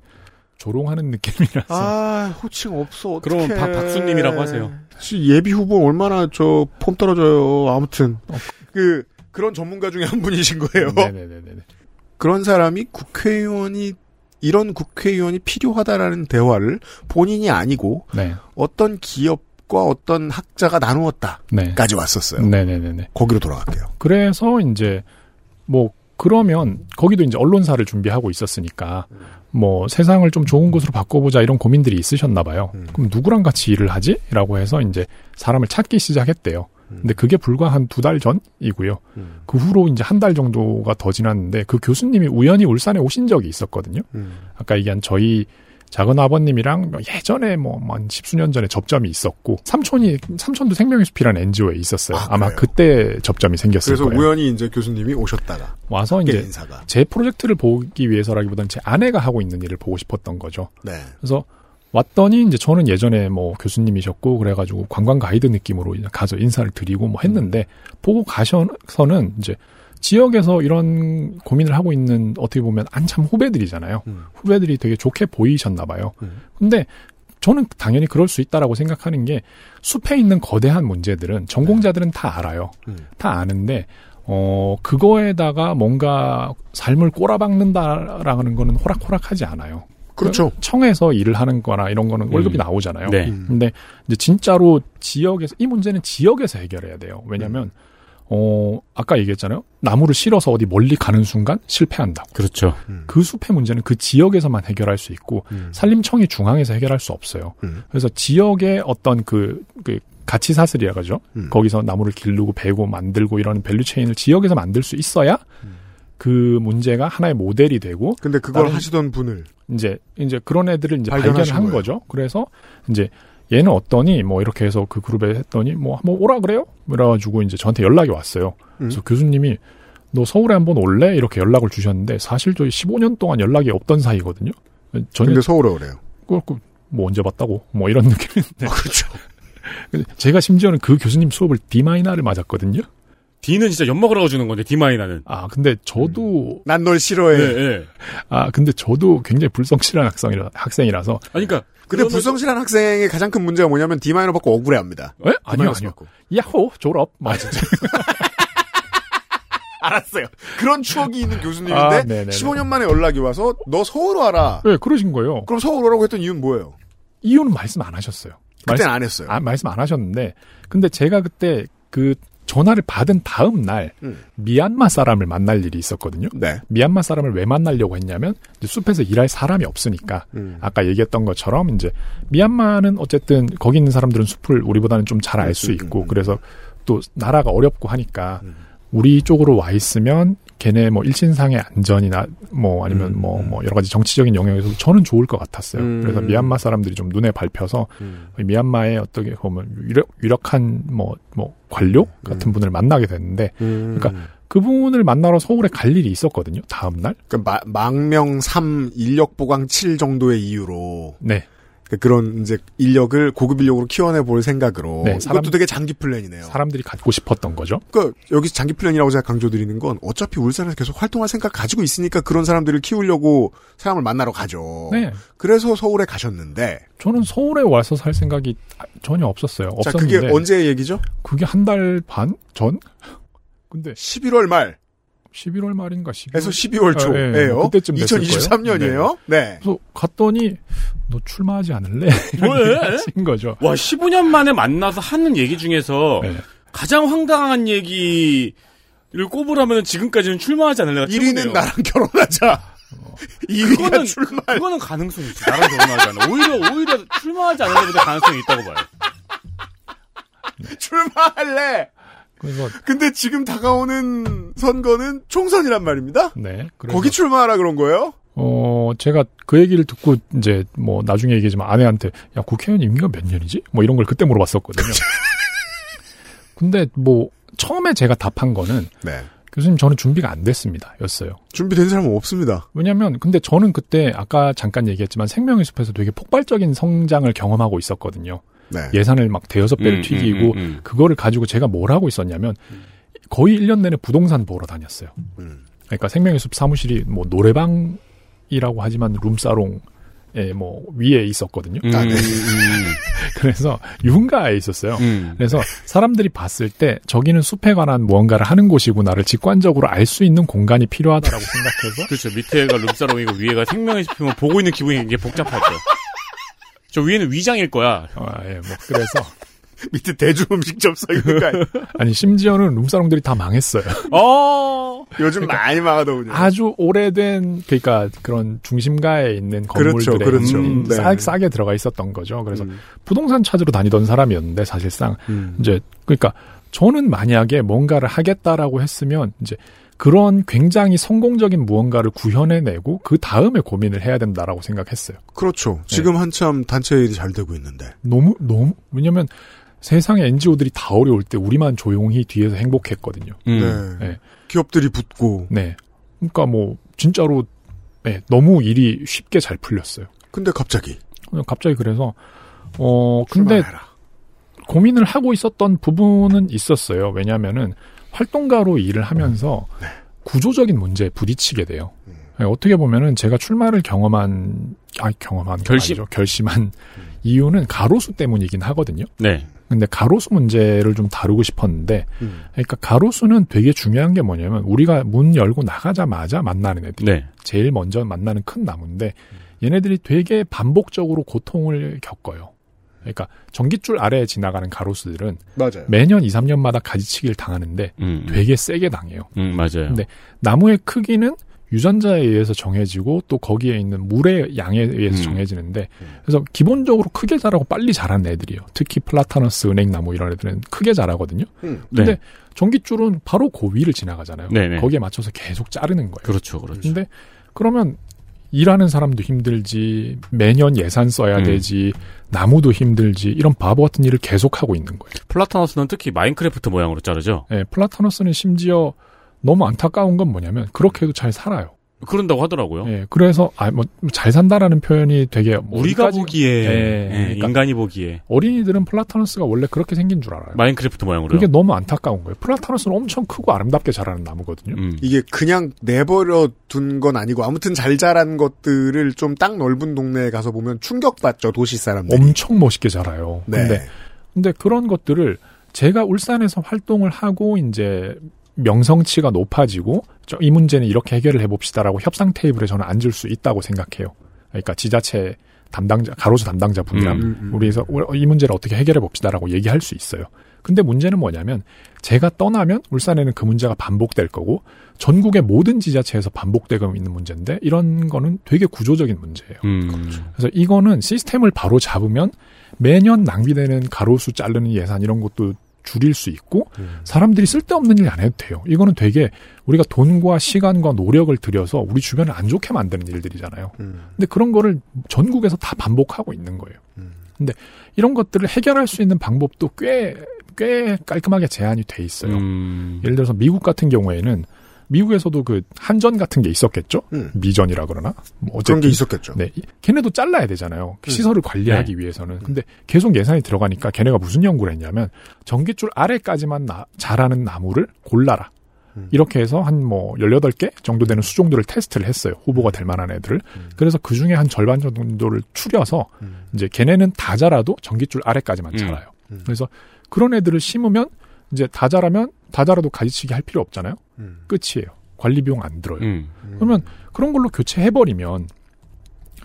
조롱하는 느낌이라서. 아 호칭 없어. 그러면 어떡해. 박- 박수님이라고 하세요. 사실 예비 후보 얼마나 저 폼 떨어져요. 아무튼 그 그런 전문가 중에 한 분이신 거예요. 네, 네. 그런 사람이 국회의원이 이런 국회의원이 필요하다라는 대화를 본인이 아니고 네. 어떤 기업과 어떤 학자가 나누었다까지 네. 왔었어요. 네네네네. 거기로 돌아갈게요. 그래서 이제 뭐 그러면 거기도 이제 언론사를 준비하고 있었으니까 뭐 세상을 좀 좋은 곳으로 바꿔보자 이런 고민들이 있으셨나 봐요. 음. 그럼 누구랑 같이 일을 하지?라고 해서 이제 사람을 찾기 시작했대요. 음. 근데 그게 불과 한 두 달 전이고요. 음. 그 후로 이제 한 달 정도가 더 지났는데 그 교수님이 우연히 울산에 오신 적이 있었거든요. 아까 얘기한 저희 작은 아버님이랑 뭐 예전에 뭐한 십수년 전에 접점이 있었고 삼촌이 삼촌도 생명의 숲이라는 NGO에 있었어요. 아, 마 그때 접점이 생겼을 그래서 거예요. 우연히 예. 이제 교수님이 오셨다가 와서 꽤 이제 인사가. 제 프로젝트를 보기 위해서라기보다는 제 아내가 하고 있는 일을 보고 싶었던 거죠. 네. 그래서 왔더니 이제 저는 예전에 뭐 교수님이셨고 그래가지고 관광 가이드 느낌으로 이제 가서 인사를 드리고 뭐 했는데 보고 가셔서는 이제 지역에서 이런 고민을 하고 있는 어떻게 보면 한참 후배들이잖아요. 후배들이 되게 좋게 보이셨나 봐요. 근데 저는 당연히 그럴 수 있다라고 생각하는 게 숲에 있는 거대한 문제들은 전공자들은 다 알아요. 다 아는데 어 그거에다가 뭔가 삶을 꼬라박는다라는 거는 호락호락하지 않아요. 그렇죠. 그러니까 청에서 일을 하는 거나 이런 거는 월급이 나오잖아요. 네. 음. 근데 이제 진짜로 지역에서 이 문제는 지역에서 해결해야 돼요. 왜냐면 어, 아까 얘기했잖아요. 나무를 실어서 어디 멀리 가는 순간 실패한다고. 그렇죠. 그 숲의 문제는 그 지역에서만 해결할 수 있고 산림청이 중앙에서 해결할 수 없어요. 그래서 지역의 어떤 그, 그 가치 사슬이라 그러죠. 음. 음. 거기서 나무를 기르고 베고 만들고 이런 밸류 체인을 지역에서 만들 수 있어야 그 문제가 하나의 모델이 되고 근데 그걸 다른 하시던 분을 이제 이제 그런 애들을 이제 발견하신 발견을 한 거예요. 거죠. 그래서 이제 얘는 어떠니 뭐 이렇게 해서 그 그룹에 했더니 뭐 한번 오라 그래요. 그래가지고 이제 저한테 연락이 왔어요. 음. 그래서 교수님이 너 서울에 한번 올래 이렇게 연락을 주셨는데 사실 저희 15년 동안 연락이 없던 사이거든요. 저는 근데 서울에 오래요. 그걸 그뭐 언제 봤다고 뭐 이런 아, 느낌인데. 그렇죠. 제가 심지어는 그 교수님 수업을 D 마이너를 맞았거든요. D는 진짜 엿 먹으라고 주는 건데 D 마이너는. 네, 아 근데 저도 난 널 네. 싫어해. 음. 아 근데 저도 굉장히 불성실한 학생이라 학생이라서 아니 그러니까 근데 불성실한 학생의 가장 큰 문제가 뭐냐면 D 마이너 받고 억울해합니다. 에? 아니요, 아니요. 야호 졸업 맞아. 알았어요. 그런 추억이 있는 교수님인데 아, 네네네. 15년 만에 연락이 와서 너 서울 와라. 네, 그러신 거예요. 그럼 서울 오라고 했던 이유는 뭐예요? 이유는 말씀 안 하셨어요. 그때는 말씀- 안 했어요. 아, 말씀 안 하셨는데 근데 제가 그때 그 전화를 받은 다음 날 미얀마 사람을 만날 일이 있었거든요. 네. 미얀마 사람을 왜 만나려고 했냐면 이제 숲에서 일할 사람이 없으니까 아까 얘기했던 것처럼 이제 미얀마는 어쨌든 거기 있는 사람들은 숲을 우리보다는 좀 네, 잘 알 수 그렇죠. 있고 그래서 또 나라가 어렵고 하니까 우리 쪽으로 와 있으면 걔네 뭐 일신상의 안전이나 뭐 아니면 뭐 뭐 여러 가지 정치적인 영역에서도 저는 좋을 것 같았어요. 음. 그래서 미얀마 사람들이 좀 눈에 밟혀서 미얀마의 어떻게 보면 유력, 유력한 뭐, 뭐 관료 음. 같은 분을 만나게 됐는데 그러니까 그분을 만나러 서울에 갈 일이 있었거든요. 다음 날. 그러니까 마- 망명 3, 인력 보강 7 정도의 이유로 네. 그러니까 그런 이제 인력을 고급 인력으로 키워내 볼 생각으로 네, 사람- 이것도 되게 장기 플랜이네요. 사람들이 갖고 싶었던 거죠. 그러니까 여기서 장기 플랜이라고 제가 강조드리는 건 어차피 울산에서 계속 활동할 생각 가지고 있으니까 그런 사람들을 키우려고 사람을 만나러 가죠. 네. 그래서 서울에 가셨는데 저는 서울에 와서 살 생각이 전혀 없었어요. 자, 없었는데 그게 언제의 얘기죠? 그게 한 달 반 전? 근데 11월 말 11월 말인가 12월 에서 12월 아, 예, 초예요. 뭐 그때쯤 됐을 거예요. 2023년이에요. 네. 그래서 갔더니 너 출마하지 않을래? 이런 왜? 얘기가 친 거죠. 와 15년 만에 만나서 하는 얘기 중에서 네. 가장 황당한 얘기를 꼽으라면 지금까지는 출마하지 않을래가 1위는 나랑 결혼하자. 어. 그거는 출마. 그거는 가능성이 있어. 나랑 결혼하지 않아. 오히려 오히려 출마하지 않을래보다 가능성이 있다고 봐요. 출마할래. 그래서 근데 지금 다가오는 선거는 총선이란 말입니다. 네. 그래서- 거기 출마하라 그런 거예요? 어, 제가 그 얘기를 듣고 이제 뭐 나중에 얘기하지만 아내한테 야, 국회의원 임기가 몇 년이지? 뭐 이런 걸 그때 물어봤었거든요. 근데 뭐 처음에 제가 답한 거는 교수님 저는 준비가 안 됐습니다. 였어요. 준비된 사람은 없습니다. 왜냐면 근데 저는 그때 아까 잠깐 얘기했지만 생명의 숲에서 되게 폭발적인 성장을 경험하고 있었거든요. 예산을 막 대여섯 네. 배를 음, 튀기고 음, 음, 음. 그거를 가지고 제가 뭘 하고 있었냐면 거의 1년 내내 부동산 보러 다녔어요. 음. 그러니까 생명의 숲 사무실이 뭐 노래방이라고 하지만 룸사롱에 뭐 위에 있었거든요. 아, 네. 그래서 윤가에 있었어요. 음. 그래서 사람들이 봤을 때 저기는 숲에 관한 무언가를 하는 곳이구나를 직관적으로 알 수 있는 공간이 필요하다라고 생각해서 그렇죠. 밑에가 룸사롱이고 위에가 생명의 숲이면 보고 있는 기분이 굉장히 복잡하죠. 저 위에는 위장일 거야. 아, 예, 뭐 그래서 밑에 대중 음식점 써 있는 거 아니에요? 아니 심지어는 룸사롱들이 다 망했어요. 어. 요즘 많이 망하더군요. 아주 오래된 그러니까 그런 중심가에 있는 그렇죠, 건물들에 그렇죠. 음, 네. 음. 싸, 싸게 들어가 있었던 거죠. 그래서 부동산 찾으러 다니던 사람이었는데 사실상 이제 그러니까 저는 만약에 뭔가를 하겠다라고 했으면 이제 그런 굉장히 성공적인 무언가를 구현해내고 그 다음에 고민을 해야 된다라고 생각했어요. 그렇죠. 네. 지금 한참 단체 일이 잘 되고 있는데. 너무 너무 왜냐면 세상의 NGO들이 다 어려울 때 우리만 조용히 뒤에서 행복했거든요. 네. 기업들이 붙고. 네. 그러니까 뭐 진짜로 네, 너무 일이 쉽게 잘 풀렸어요. 근데 갑자기 그냥 갑자기 그래서 어 근데 고민을 하고 있었던 부분은 있었어요. 왜냐하면은 활동가로 일을 하면서 구조적인 문제에 부딪히게 돼요. 네, 어떻게 보면은 제가 출마를 경험한 아 경험한 결심 결심한 이유는 가로수 때문이긴 하거든요. 네. 근데 가로수 문제를 좀 다루고 싶었는데 그러니까 가로수는 되게 중요한 게 뭐냐면 우리가 문 열고 나가자마자 만나는 애들 네. 음. 제일 먼저 만나는 큰 나무인데 얘네들이 되게 반복적으로 고통을 겪어요. 그러니까 전기줄 아래에 지나가는 가로수들은 맞아요. 매년 2, 3년마다 가지치기를 당하는데 음. 되게 세게 당해요. 음, 맞아요. 근데 나무의 크기는 유전자에 의해서 정해지고 또 거기에 있는 물의 양에 음. 의해서 정해지는데 그래서 기본적으로 크게 자라고 빨리 자란 애들이에요. 특히 플라타너스 은행나무 이런 애들은 크게 자라거든요. 음. 근데 네. 전기줄은 바로 그 위를 지나가잖아요. 네네. 거기에 맞춰서 계속 자르는 거예요. 그렇죠, 그렇죠. 근데 그러면 일하는 사람도 힘들지 매년 예산 써야 음. 되지 나무도 힘들지 이런 바보 같은 일을 계속 하고 있는 거예요. 플라타너스는 특히 마인크래프트 모양으로 자르죠. 예, 플라타노스는 심지어 너무 안타까운 건 뭐냐면 그렇게 해도 잘 살아요. 그런다고 하더라고요. 예, 그래서 아뭐잘 산다라는 표현이 되게 우리가 어디까지- 보기에 예, 예, 그러니까 인간이 보기에 어린이들은 플라타노스가 원래 그렇게 생긴 줄 알아요. 마인크래프트 모양으로 그게 너무 안타까운 거예요. 플라타노스는 엄청 크고 아름답게 자라는 나무거든요. 음, 이게 그냥 내버려 둔 건 아니고 아무튼 잘 자란 것들을 좀 땅 넓은 동네에 가서 보면 충격받죠 도시 네. 사람들. 엄청 멋있게 자라요. 네. 근데 근데 그런 것들을 제가 울산에서 활동을 하고 이제 명성치가 높아지고 저 이 문제는 이렇게 해결을 해봅시다라고 협상 테이블에 저는 앉을 수 있다고 생각해요. 그러니까 지자체 담당자 가로수 담당자 분이랑 음, 음, 음. 우리에서 이 문제를 어떻게 해결해 봅시다라고 얘기할 수 있어요. 근데 문제는 뭐냐면 제가 떠나면 울산에는 그 문제가 반복될 거고 전국의 모든 지자체에서 반복되고 있는 문제인데 이런 거는 되게 구조적인 문제예요. 음, 그래서 이거는 시스템을 바로 잡으면 매년 낭비되는 가로수 자르는 예산 이런 것도 줄일 수 있고 음. 사람들이 쓸데없는 일 안 해도 돼요. 이거는 되게 우리가 돈과 시간과 노력을 들여서 우리 주변을 안 좋게 만드는 일들이잖아요. 음. 근데 그런 거를 전국에서 다 반복하고 있는 거예요. 음. 근데 이런 것들을 해결할 수 있는 방법도 꽤, 꽤 깔끔하게 제한이 돼 있어요. 음. 예를 들어서 미국 같은 경우에는 미국에서도 그 한전 같은 게 있었겠죠? 음. 미전이라 그러나? 뭐 그런 게 어쨌든 있었겠죠. 네. 걔네도 잘라야 되잖아요. 음. 시설을 관리하기 위해서는. 근데 계속 예산이 들어가니까 걔네가 무슨 연구를 했냐면 전기줄 아래까지만 나- 자라는 나무를 골라라. 이렇게 해서 한 뭐 18개 정도 되는 수종들을 테스트를 했어요. 후보가 될 만한 애들을. 그래서 그 중에 한 절반 정도를 추려서 이제 걔네는 다 자라도 전기줄 아래까지만 자라요. 그래서 그런 애들을 심으면 이제 다 자라면 다 자라도 가지치기 할 필요 없잖아요. 음. 끝이에요. 관리 비용 안 음. 들어요. 그러면 그런 걸로 교체해버리면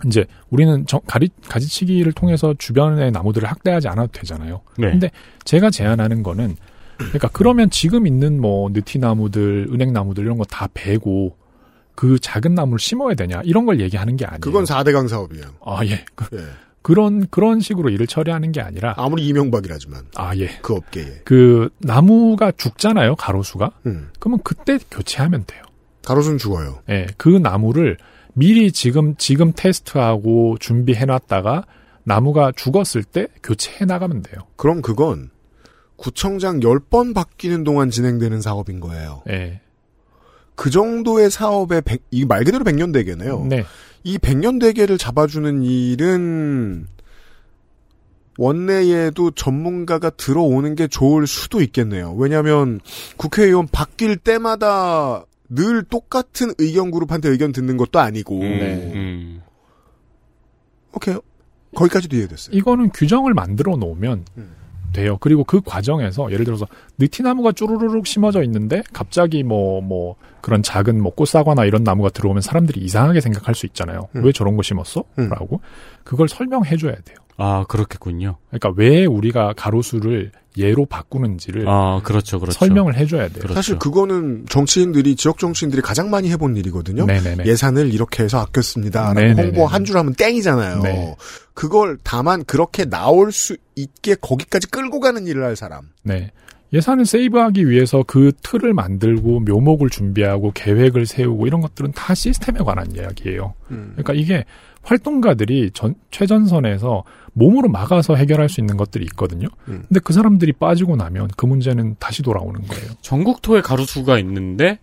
이제 우리는 정- 가리, 가지치기를 통해서 주변의 나무들을 학대하지 않아도 되잖아요. 네. 근데 제가 제안하는 거는 그러니까 그러면 지금 있는 뭐 느티나무들, 은행나무들 이런 거 다 베고 그 작은 나무를 심어야 되냐 이런 걸 얘기하는 게 아니에요. 그건 4대강 사업이에요. 아 예. 그- 예. 그런 그런 식으로 일을 처리하는 게 아니라 아무리 이명박이라지만 아 예. 그 업계에 그 나무가 죽잖아요, 가로수가. 음. 그러면 그때 교체하면 돼요. 가로수는 죽어요. 예, 그 나무를 미리 지금 지금 테스트하고 준비해 놨다가 나무가 죽었을 때 교체해 나가면 돼요. 그럼 그건 구청장 10번 바뀌는 동안 진행되는 사업인 거예요. 예. 그 정도의 사업의 백- 이말 그대로 백년 대계네요. 네. 이 백년 대계를 잡아주는 일은 원내에도 전문가가 들어오는 게 좋을 수도 있겠네요. 왜냐하면 국회의원 바뀔 때마다 늘 똑같은 의견 그룹한테 의견 듣는 것도 음, 아니고. 네. 네. 오케이 거기까지도 음, 이해됐어요. 이거는 규정을 만들어 놓으면 돼요. 그리고 그 과정에서 예를 들어서 느티나무가 쭈루루룩 심어져 있는데 갑자기 뭐 뭐 그런 작은 뭐 꽃사과나 이런 나무가 들어오면 사람들이 이상하게 생각할 수 있잖아요. 왜 저런 거 심었어?라고 그걸 설명해 줘야 돼요. 아 그렇겠군요. 그러니까 왜 우리가 가로수를 예로 바꾸는지를 아 그렇죠, 그렇죠. 설명을 해줘야 돼요. 사실 그거는 정치인들이 지역 정치인들이 가장 많이 해본 일이거든요. 네네네. 예산을 이렇게 해서 아꼈습니다라고 네네네. 홍보 한 줄 하면 땡이잖아요. 네. 그걸 다만 그렇게 나올 수 있게 거기까지 끌고 가는 일을 할 사람. 네. 예산을 세이브하기 위해서 그 틀을 만들고 묘목을 준비하고 계획을 세우고 이런 것들은 다 시스템에 관한 이야기예요. 그러니까 이게 활동가들이 전- 최전선에서 몸으로 막아서 해결할 수 있는 것들이 있거든요. 근데 그 사람들이 빠지고 나면 그 문제는 다시 돌아오는 거예요. 전국토에 가로수가 있는데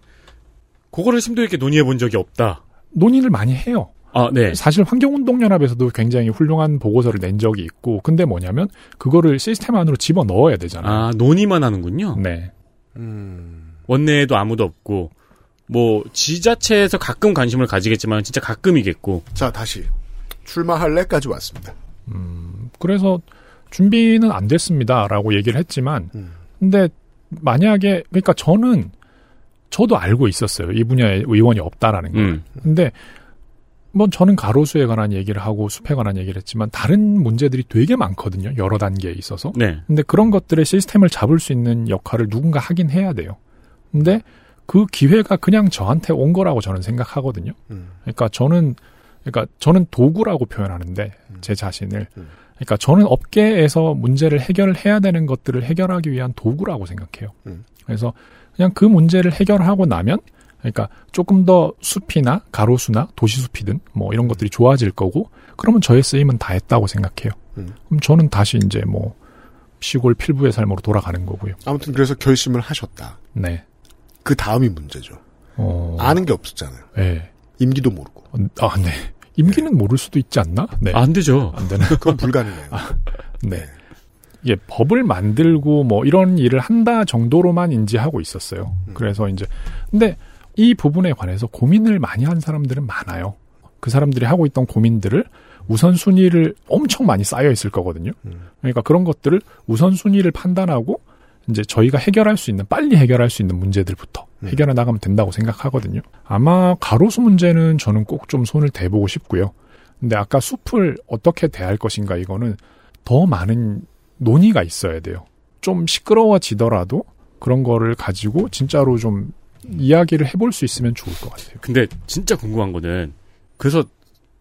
그거를 심도 있게 논의해 본 적이 없다. 논의를 많이 해요. 아, 네. 사실 환경운동연합에서도 굉장히 훌륭한 보고서를 낸 적이 있고, 근데 뭐냐면 그거를 시스템 안으로 집어 넣어야 되잖아요. 아 논의만 하는군요. 네. 원내에도 아무도 없고 뭐 지자체에서 가끔 관심을 가지겠지만 진짜 가끔이겠고. 자 다시 출마할래까지 왔습니다. 그래서 준비는 안 됐습니다라고 얘기를 했지만 근데 만약에 음. 그러니까 음. 저는 저도 알고 있었어요 이 분야에 의원이 없다라는 걸 근데 뭐 저는 가로수에 관한 얘기를 하고 숲에 관한 얘기를 했지만 다른 문제들이 되게 많거든요. 여러 단계에 있어서. 네. 근데 그런 것들의 시스템을 잡을 수 있는 역할을 누군가 하긴 해야 돼요. 근데 그 기회가 그냥 저한테 온 거라고 저는 생각하거든요. 음. 그러니까 저는 그러니까 저는 도구라고 표현하는데 제 자신을 그러니까 저는 업계에서 문제를 해결해야 되는 것들을 해결하기 위한 도구라고 생각해요. 그래서 그냥 그 문제를 해결하고 나면 그러니까 조금 더 숲이나 가로수나 도시숲이든 뭐 이런 것들이 좋아질 거고 그러면 저의 쓰임은 다 했다고 생각해요. 그럼 저는 다시 이제 뭐 시골 필부의 삶으로 돌아가는 거고요. 아무튼 그래서 결심을 하셨다. 네. 그 다음이 문제죠. 어. 아는 게 없었잖아요. 네. 임기도 모르고. 아, 네. 임기는 모를 수도 있지 않나? 네. 아, 안 되죠. 안 되나? 그건 불가능해요. 네. 이게 법을 만들고 뭐 이런 일을 한다 정도로만 인지하고 있었어요. 그래서 이제 근데 이 부분에 관해서 고민을 많이 한 사람들은 많아요. 그 사람들이 하고 있던 고민들을 우선순위를 엄청 많이 쌓여 있을 거거든요. 그러니까 그런 것들을 우선순위를 판단하고 이제 저희가 해결할 수 있는 빨리 해결할 수 있는 문제들부터 해결해 나가면 된다고 생각하거든요. 아마 가로수 문제는 저는 꼭 좀 손을 대보고 싶고요. 근데 아까 숲을 어떻게 대할 것인가 이거는 더 많은 논의가 있어야 돼요. 좀 시끄러워지더라도 그런 거를 가지고 진짜로 좀 이야기를 해볼 수 있으면 좋을 것 같아요. 근데 진짜 궁금한 거는 그래서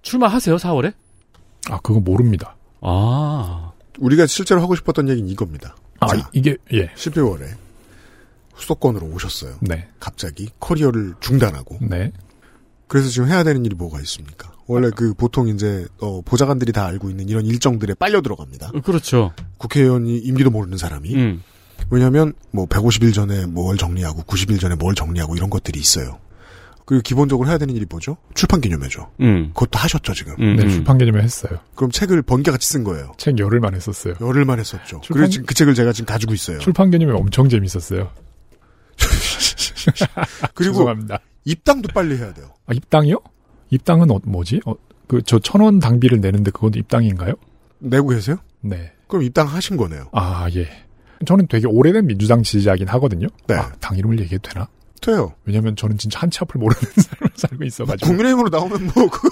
출마하세요 4월에? 아 그거 모릅니다. 아 우리가 실제로 하고 싶었던 얘기는 이겁니다. 아 이게 예. 12월에 수도권으로 오셨어요. 네. 갑자기 커리어를 중단하고. 네. 그래서 지금 해야 되는 일이 뭐가 있습니까? 원래 그 보통 이제 어, 보좌관들이 다 알고 있는 이런 일정들에 빨려 들어갑니다. 음. 그렇죠. 음. 국회의원이 임기도 모르는 사람이. 왜냐하면 뭐 150일 전에 뭘 정리하고 90일 전에 뭘 정리하고 이런 것들이 있어요. 그리고 기본적으로 해야 되는 일이 뭐죠? 출판 기념회죠. 음. 그것도 하셨죠 지금. 네, 출판 개념에 했어요. 그럼 책을 번개같이 쓴 거예요. 책 열흘만 했었어요. 열흘만 했었죠. 출판- 그래서 지금 그 책을 제가 지금 가지고 있어요. 출판 개념이 엄청 재밌었어요. 그리고 죄송합니다. 입당도 빨리 해야 돼요. 아, 입당이요? 입당은 어- 뭐지? 어, 그저 천 원 당비를 내는데 그건 입당인가요? 내고 계세요? 네. 그럼 입당하신 거네요. 아 예. 저는 되게 오래된 민주당 지지자긴 하거든요. 네. 아, 당 이름을 얘기해도 되나? 돼요. 왜냐면 저는 진짜 한치 앞을 모르는 삶을 살고 있어가지고. 국민의힘으로 나오면 뭐 그-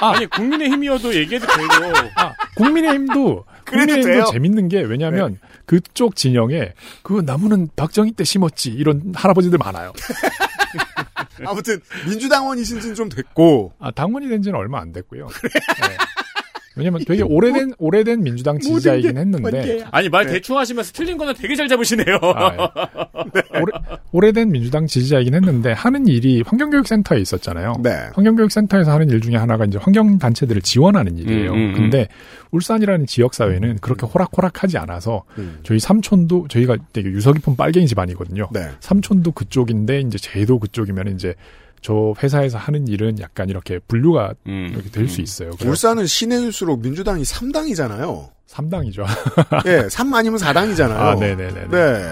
아. 니 국민의힘이어도 얘기해도 되고 국민의힘도 네. 그래도 국민의힘도 돼요? 재밌는 게 왜냐하면 그쪽 진영에 그 나무는 박정희 때 심었지 이런 할아버지들 많아요. 아무튼 민주당원이신지는 좀 됐고 아 당원이 된 지는 얼마 안 됐고요. 네. 왜냐면 되게 오래된 오래된 민주당 지지자이긴 했는데 아니 말 네. 대충 하시면서 틀린 거는 되게 잘 잡으시네요. 아, 예. 네. 오래된 민주당 지지자이긴 했는데 하는 일이 환경교육센터에 있었잖아요. 네. 예. 환경교육센터에서 하는 일 중에 하나가 이제 환경단체들을 지원하는 일이에요. 음, 음, 음. 근데 울산이라는 음, 지역사회는 그렇게 호락호락하지 않아서 저희 삼촌도 저희가 되게 유서 깊은 빨갱이 집안이거든요. 네. 삼촌도 그쪽인데 이제 제도 그쪽이면 이제 저 회사에서 하는 일은 약간 이렇게 분류가 이렇게 될 수 있어요. 음, 울산은 시내일수록 민주당이 3당이잖아요. 3당이죠. 예, 3 아니면 4당이잖아요. 아, 네네네네. 음. 네. 네.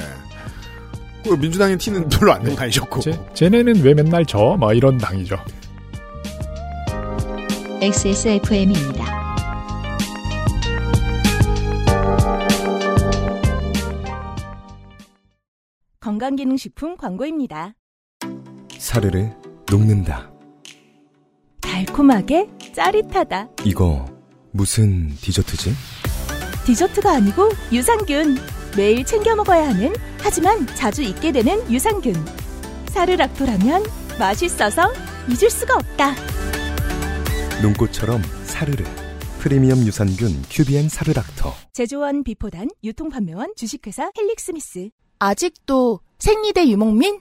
그 민주당의 티는 별로 안 내고 다니셨고. 그 쟤네는 왜 맨날 저? 막 이런 당이죠. XSFM입니다. 건강기능식품 광고입니다. 사르르 녹는다. 달콤하게 짜릿하다. 이거 무슨 디저트지? 디저트가 아니고 유산균. 매일 챙겨 먹어야 하는 하지만 자주 잊게 되는 유산균. 사르락토라면 맛있어서 잊을 수가 없다. 눈꽃처럼 사르르 프리미엄 유산균 큐비엔 사르닥터. 제조원 비포단 유통판매원 주식회사 헬릭스미스. 아직도 생리대 유목민?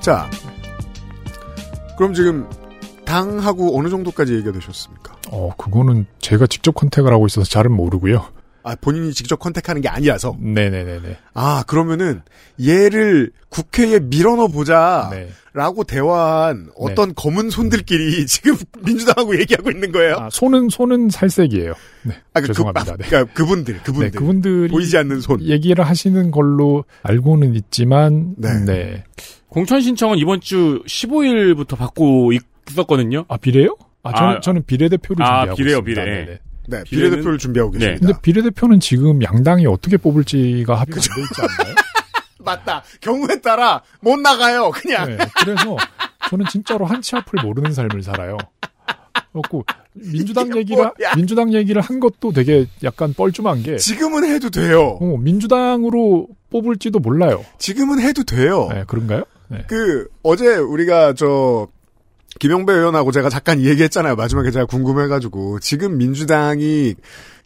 자, 그럼 지금 당하고 어느 정도까지 얘기가 되셨습니까? 어, 그거는 제가 직접 컨택을 하고 있어서 잘은 모르고요. 아, 본인이 직접 컨택하는 게 음. 아니라서. 네네네네. 아, 그러면은 얘를 국회에 밀어넣어 보자. 네. 라고 대화한 어떤 검은 손들끼리 지금 민주당하고 얘기하고 있는 거예요. 아, 손은 손은 살색이에요. 네. 아, 그, 죄송합니다. 아, 네. 그러니까 그분들, 그분들. 네, 그분들이 예, 보이지 않는 손. 얘기를 하시는 걸로 알고는 있지만 네. 공천 신청은 이번 주 15일부터 받고 있었거든요. 아 비례요? 아, 저는, 저는 비례대표를 아, 준비하고 비례요, 있습니다. 비례. 네네. 네, 비례대표를 준비하고 계십니다. 근데 비례대표는 지금 양당이 어떻게 뽑을지가 합의가 안 돼 있지 않나요? 맞다. 경우에 따라 못 나가요. 그냥. 네, 그래서 저는 진짜로 한치 앞을 모르는 삶을 살아요. 그렇고 민주당 얘기를 민주당 얘기를 한 것도 되게 약간 뻘쭘한 게 지금은 해도 돼요. 어, 민주당으로 뽑을지도 몰라요. 지금은 해도 돼요. 네, 그런가요? 네. 그 어제 우리가 저 김영배 의원하고 제가 잠깐 이 얘기했잖아요. 마지막에 제가 궁금해가지고 지금 민주당이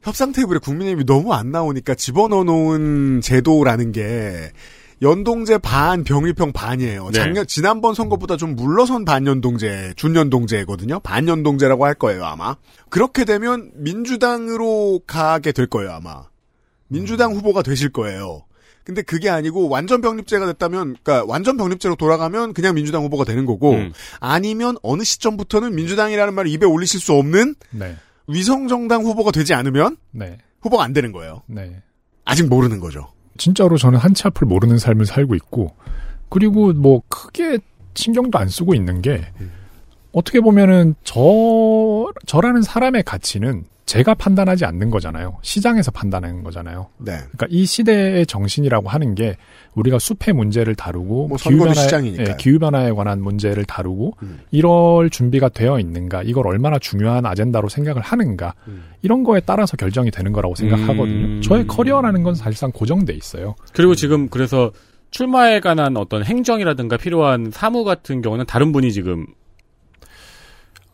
협상 테이블에 국민의힘이 너무 안 나오니까 집어넣어 놓은 제도라는 게 연동제 반 병일평 반이에요. 네. 작년 지난번 선거보다 좀 물러선 반연동제 준연동제거든요. 반연동제라고 할 거예요 아마. 그렇게 되면 민주당으로 가게 될 거예요 아마. 민주당 음. 후보가 되실 거예요. 근데 그게 아니고 완전 병립제가 됐다면, 그러니까 완전 병립제로 돌아가면 그냥 민주당 후보가 되는 거고, 음. 음. 아니면 어느 시점부터는 민주당이라는 말을 입에 올리실 수 없는 네. 위성정당 후보가 되지 않으면 네. 후보가 안 되는 거예요. 네. 아직 모르는 거죠. 진짜로 저는 한치 앞을 모르는 삶을 살고 있고 그리고 뭐 크게 신경도 안 쓰고 있는 게 어떻게 보면은 저 저라는 사람의 가치는 제가 판단하지 않는 거잖아요. 시장에서 판단하는 거잖아요. 네. 그러니까 이 시대의 정신이라고 하는 게 우리가 숲의 문제를 다루고 뭐 선거도 기후변화에- 시장이니까요. 음. 예, 기후변화에 관한 문제를 다루고 이럴 준비가 되어 있는가 이걸 얼마나 중요한 아젠다로 생각을 하는가 음. 이런 거에 따라서 결정이 되는 거라고 생각하거든요. 저의 커리어라는 건 사실상 고정돼 있어요. 그리고 지금 그래서 출마에 관한 어떤 행정이라든가 필요한 사무 같은 경우는 다른 분이 지금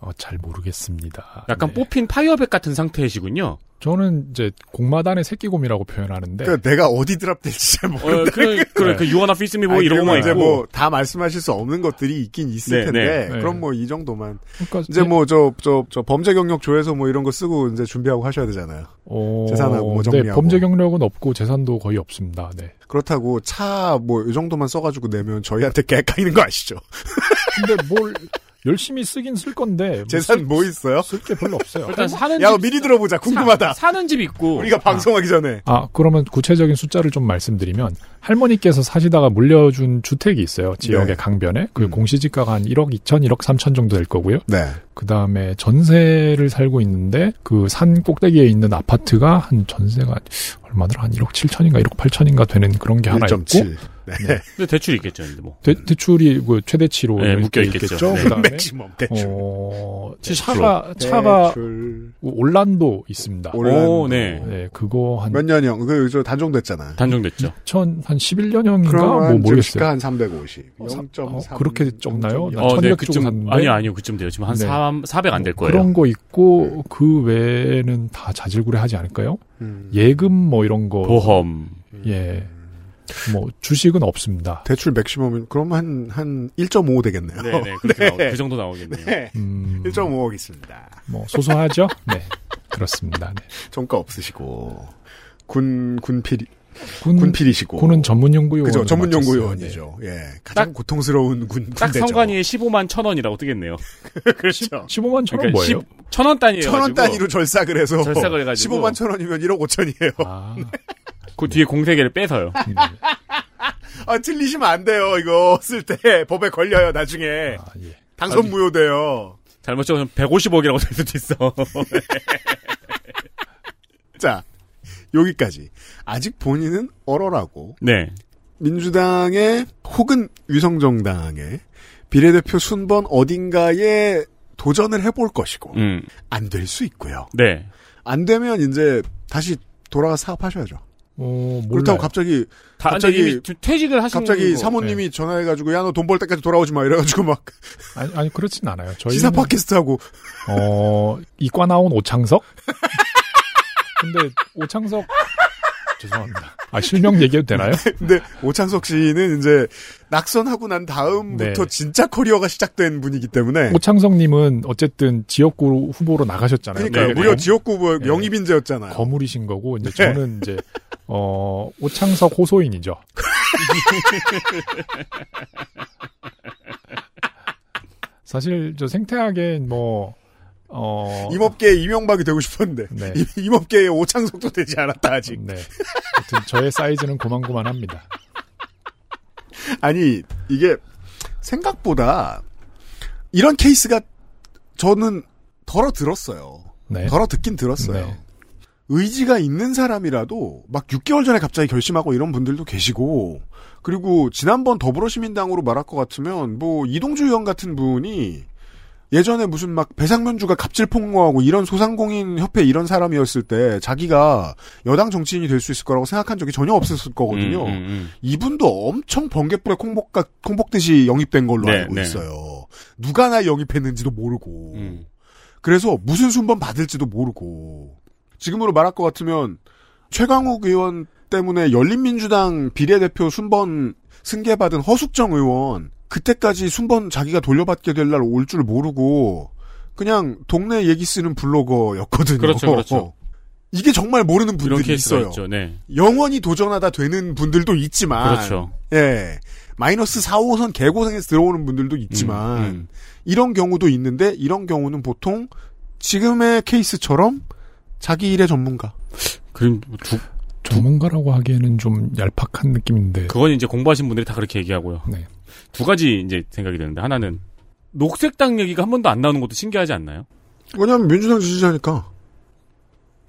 어, 잘 모르겠습니다. 네. 약간 네. 뽑힌 파이어백 같은 상태이시군요. 저는 이제 공마단의 새끼곰이라고 표현하는데 그러니까 내가 어디 드랍될지 잘 모른다. 그, 그래, 그 유언아 피스미 뭐 이런 거만 이제 있고. 뭐다 말씀하실 수 없는 것들이 있긴 있을 네, 텐데, 네. 그럼 뭐 이 정도만. 그러니까 이제 뭐 저 저 저 범죄 경력 조회서 뭐 이런 거 쓰고 이제 준비하고 하셔야 되잖아요. 어, 재산하고 뭐 네, 정리하고. 범죄 경력은 없고 재산도 거의 없습니다. 네. 그렇다고 차 뭐 이 정도만 써가지고 내면 저희한테 깨까이는 거 아시죠? 근데 뭘 열심히 쓰긴 쓸 건데 뭐 재산 쓸- 뭐 있어요? 쓸 게 별로 없어요. 일단 사는 뭐 야 집- 미리 들어보자 궁금하다. 사, 는집 있고 우리가 방송하기 전에 아, 그러면 구체적인 숫자를 좀 말씀드리면, 할머니께서 사시다가 물려준 주택이 있어요. 지역의 네. 강변에. 그 공시지가가 한 1억 2천, 1억 3천 정도 될 거고요. 네. 그 다음에 전세를 살고 있는데, 그 산 꼭대기에 있는 아파트가 한 전세가 얼마더라? 한 1억 7천인가 1억 8천인가 되는 그런 게 하나 있고. 1.7. 네. 아, 근데 대출 있겠죠, 근데 뭐. 대, 대출이 그 최대치로 네, 이렇게 묶여 있겠죠. 네. 그다음에 맥시멈 대출. 어, 칠십 차가 프로. 차가 대출. 올란도 있습니다. 올란도. 오, 네. 그거 한 몇 년형 그저 단종됐잖아. 단종됐죠. 2011년형인가 뭐 모르겠어요. 어, 시가 한350 0.3 그렇게 적나요? 나 어, 네, 천력 쪽으로 그쯤 샀는데 아니요, 아니요, 그쯤 돼요. 지금 한 네. 3, 400 어, 안 될 거예요. 그런 거 있고 네. 그 외에는 다 자질구레하지 않을까요? 음. 예금 뭐 이런 거 보험 예. 뭐 주식은 없습니다. 대출 맥시멈이 그럼 한한 1.5 되겠네요. 네, 네, 그렇게 나오- 그 정도 나오겠네요. 네. 음. 1.5억 있습니다. 뭐 소소하죠? 네. 그렇습니다. 네. 종가 없으시고 군 군필 군- 군필이시고 군은 전문연구요원으로 그죠 마쳤어요. 네. 전문연구요원이죠. 예 가장 딱- 고통스러운 군 딱 군대죠. 성관위에 15만 천 원이라고 뜨겠네요. 그렇죠. 15만 그러니까 십- 천원 단위예요. 천원 단위로 절삭을 해서 절삭을 해가지고. 15만 천 원이면 1억 5천이에요. 아, 그 뒤에 공세계를 빼서요. 아, 틀리시면 안 돼요. 이거 쓸 때 법에 걸려요. 네. 나중에 예. 당선 아주- 무효돼요. 잘못 적으면 150억이라고 될 수도 있어. 자 여기까지 아직 본인은 얼얼하고 네. 민주당의 혹은 위성정당의 비례대표 순번 어딘가에 도전을 해볼 것이고 음. 안 될 수 있고요. 네. 안 되면 이제 다시 돌아가 사업하셔야죠. 어, 그렇다고 갑자기 다- 근데 이미 좀 퇴직을 하신 갑자기 뭐, 거- 네. 네. 사모님이 전화해가지고 야 너 돈 벌 때까지 돌아오지 마 이래가지고 막 아니, 아니 그렇진 않아요. 저희 시사 팟캐스트하고 어 이과 나온 오창석? 근데 오창석 죄송합니다. 아, 실명 얘기해도 되나요? 근데 오창석 씨는 이제 낙선하고 난 다음부터 네. 뭐, 진짜 커리어가 시작된 분이기 때문에 오창성님은 어쨌든 지역구 후보로 나가셨잖아요. 그러니까 요 네, 무려 검- 지역구 뭐 영입인재였잖아요. 거물이신 거고 이제 네. 저는 이제 어 오창석 호소인이죠. 사실 저 생태학에 뭐 어, 임업계의 이명박이 되고 싶었는데 네. 이- 임업계의 오창석도 되지 않았다 아직. 하여튼 저의 사이즈는 고만고만합니다. 아니 이게 생각보다 이런 케이스가 저는 덜어 들었어요. 네. 덜어 듣긴 들었어요. 의지가 있는 사람이라도 막 6개월 전에 갑자기 결심하고 이런 분들도 계시고 그리고 지난번 더불어시민당으로 말할 것 같으면 뭐 이동주 의원 같은 분이 예전에 무슨 막 배상면주가 갑질 폭로하고 이런 소상공인 협회 이런 사람이었을 때 자기가 여당 정치인이 될 수 있을 거라고 생각한 적이 전혀 없었을 거거든요. 음, 음, 음. 이분도 엄청 번개불에 콩복가, 콩복듯이 영입된 걸로 네, 알고 네. 있어요. 누가 나 영입했는지도 모르고. 음, 음. 그래서 무슨 순번 받을지도 모르고. 지금으로 말할 것 같으면 최강욱 의원 때문에 열린민주당 비례대표 순번 승계받은 허숙정 의원 그때까지 순번 자기가 돌려받게 될 날 올 줄 모르고 그냥 동네 얘기 쓰는 블로거였거든요. 그렇죠, 그렇죠. 어. 이게 정말 모르는 이런 분들이 케이스가 있어요. 있죠. 네. 영원히 도전하다 되는 분들도 있지만 그렇죠. 예. 마이너스 4, 5선 개고생해서 들어오는 분들도 음, 있지만 이런 경우도 있는데 이런 경우는 보통 지금의 케이스처럼 자기 일의 전문가. 그럼 두, 전문가라고 하기에는 좀 얄팍한 느낌인데 그건 이제 공부하신 분들이 다 그렇게 얘기하고요. 네. 두 가지 이제 생각이 드는데 하나는 녹색당 얘기가 한 번도 안 나오는 것도 신기하지 않나요? 왜냐하면 민주당 지지자니까.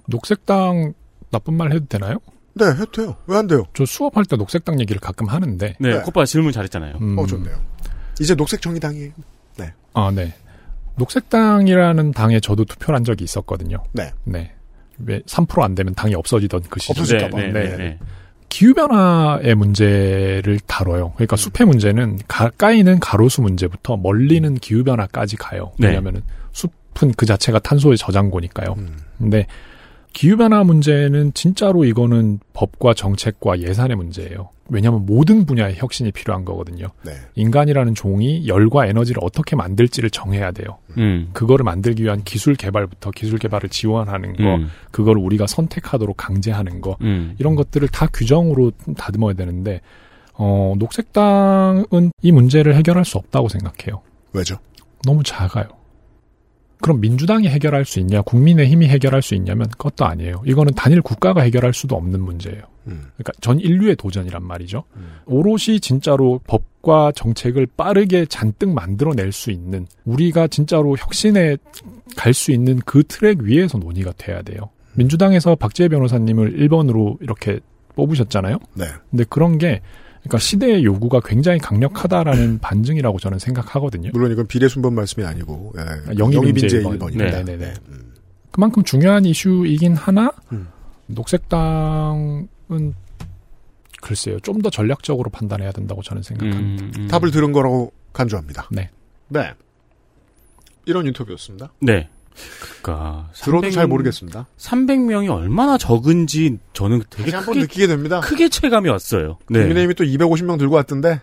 녹색당 나쁜 말 해도 되나요? 네, 해도 돼요. 왜 안 돼요? 저 수업할 때 녹색당 얘기를 가끔 하는데. 네, 코빠 질문 잘했잖아요. 어, 좋네요. 이제 녹색 정의당이에요. 네. 아, 네. 녹색당이라는 당에 저도 투표를 한 적이 있었거든요. 네. 네. 왜 3%안 되면 당이 없어지던 그 시절. 없어질까봐. 네, 네, 네. 기후변화의 문제를 다뤄요. 음. 그러니까 숲의 문제는 가까이는 가로수 문제부터 멀리는 기후변화까지 가요. 음. 네. 왜냐면은 숲은 그 자체가 탄소의 저장고니까요. 음. 근데 기후변화 문제는 진짜로 이거는 법과 정책과 예산의 문제예요. 왜냐하면 모든 분야에 혁신이 필요한 거거든요. 네. 인간이라는 종이 열과 에너지를 어떻게 만들지를 정해야 돼요. 음. 그거를 만들기 위한 기술 개발부터 기술 개발을 지원하는 거, 음. 그걸 우리가 선택하도록 강제하는 거, 음. 이런 것들을 다 규정으로 다듬어야 되는데, 어, 녹색당은 이 문제를 해결할 수 없다고 생각해요. 왜죠? 너무 작아요. 그럼 민주당이 해결할 수 있냐, 국민의힘이 해결할 수 있냐면 그것도 아니에요. 이거는 단일 국가가 해결할 수도 없는 문제예요. 음. 그러니까 전 인류의 도전이란 말이죠. 오롯이 진짜로 법과 정책을 빠르게 잔뜩 만들어낼 수 있는 우리가 진짜로 혁신에 갈 수 있는 그 트랙 위에서 논의가 돼야 돼요. 민주당에서 박재혜 변호사님을 1번으로 이렇게 뽑으셨잖아요. 네. 근데 그런 게 그러니까 시대의 요구가 굉장히 강력하다라는 반증이라고 저는 생각하거든요. 물론 이건 비례 순번 말씀이 아니고 예. 영입 영입인재 인재 1번입니다. 네, 네, 네. 그만큼 중요한 이슈이긴 하나 녹색당은 글쎄요 좀 더 전략적으로 판단해야 된다고 저는 음, 음. 생각합니다. 답을 들은 거라고 간주합니다. 네. 네. 이런 인터뷰였습니다. 네. 그러니까 들어도 잘 모르겠습니다. 300명이 얼마나 적은지 저는 되게 다시 한번 크게 느끼게 됩니다. 크게 체감이 왔어요. 네. 국민의힘이 또 250명 들고 왔던데.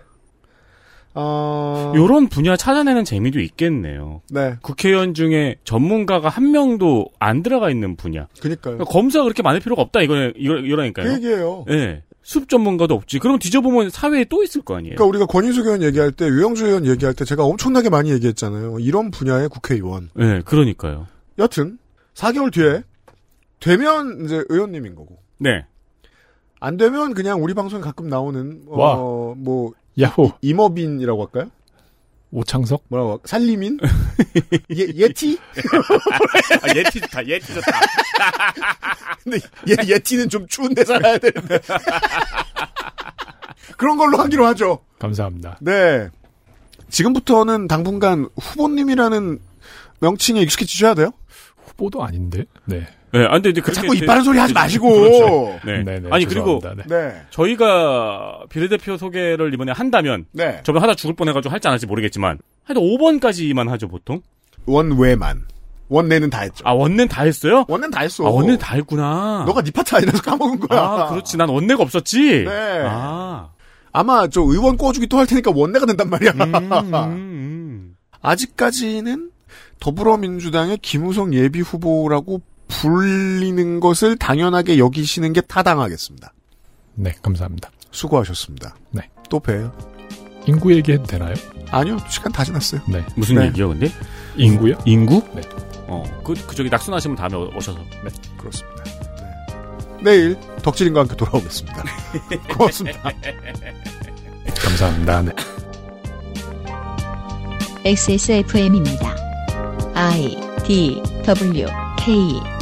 어... 요런 분야 찾아내는 재미도 있겠네요. 네. 국회의원 중에 전문가가 한 명도 안 들어가 있는 분야. 그니까요. 네. 그러니까 검사가 그렇게 많을 필요가 없다 이거 이거 이러니까요. 네. 그 얘기예요. 예. 숲 전문가도 없지. 그럼 뒤져보면 사회에 또 있을 거 아니에요. 그러니까 우리가 권인숙 의원 얘기할 때, 유영주 의원 얘기할 때 제가 엄청나게 많이 얘기했잖아요. 이런 분야의 국회의원. 예, 그러니까요. 여튼 4개월 뒤에 되면 이제 의원님인 거고. 네. 안 되면 그냥 우리 방송에 가끔 나오는 와. 어, 뭐 야호 임업인이라고 할까요? 오창석 뭐라고 할까? 살림인? 예, 예티? 아, 예티 좋다, 예티 좋다. 근데 예, 예티는 좀 추운데 살아야 되는데. 그런 걸로 하기로 하죠. 감사합니다. 네. 지금부터는 당분간 후보님이라는 명칭에 익숙해지셔야 돼요. 후보도 아닌데. 네. 예, 안 돼. 이제 그렇게 자꾸 이제- 이빨은 소리 하지 마시고. 그렇죠. 네. 네, 네, 아니 그리고 죄송합니다. 저희가 비례대표 소개를 이번에 한다면 네. 저번 하다 죽을 뻔해가지고 할지 안 할지 모르겠지만 하여튼 5번까지만 하죠 보통 원외만. 원내는 다 했죠. 아 원내는 다 했어요? 원내는 다 했어. 아, 원내는 다 했구나. 너가 네 파트 아니라서 까먹은 거야. 아 그렇지. 난 원내가 없었지. 네. 아. 아마 저 의원 꿔주기 또 할 테니까 원내가 된단 말이야. 음. 아직까지는 더불어민주당의 김우성 예비 후보라고 불리는 것을 당연하게 여기시는 게 타당하겠습니다. 네, 감사합니다. 수고하셨습니다. 네. 또 봬요. 인구 얘기해도 되나요? 아니요, 시간 다 지났어요. 네. 무슨 네. 얘기요, 근데? 인구요? 인구? 네. 어, 그, 그 저기 낙순하시면 다음에 오- 오셔서. 네. 그렇습니다. 네. 내일 덕질인과 함께 돌아오겠습니다. 고맙습니다. 감사합니다. 네. XSFM입니다. I D W K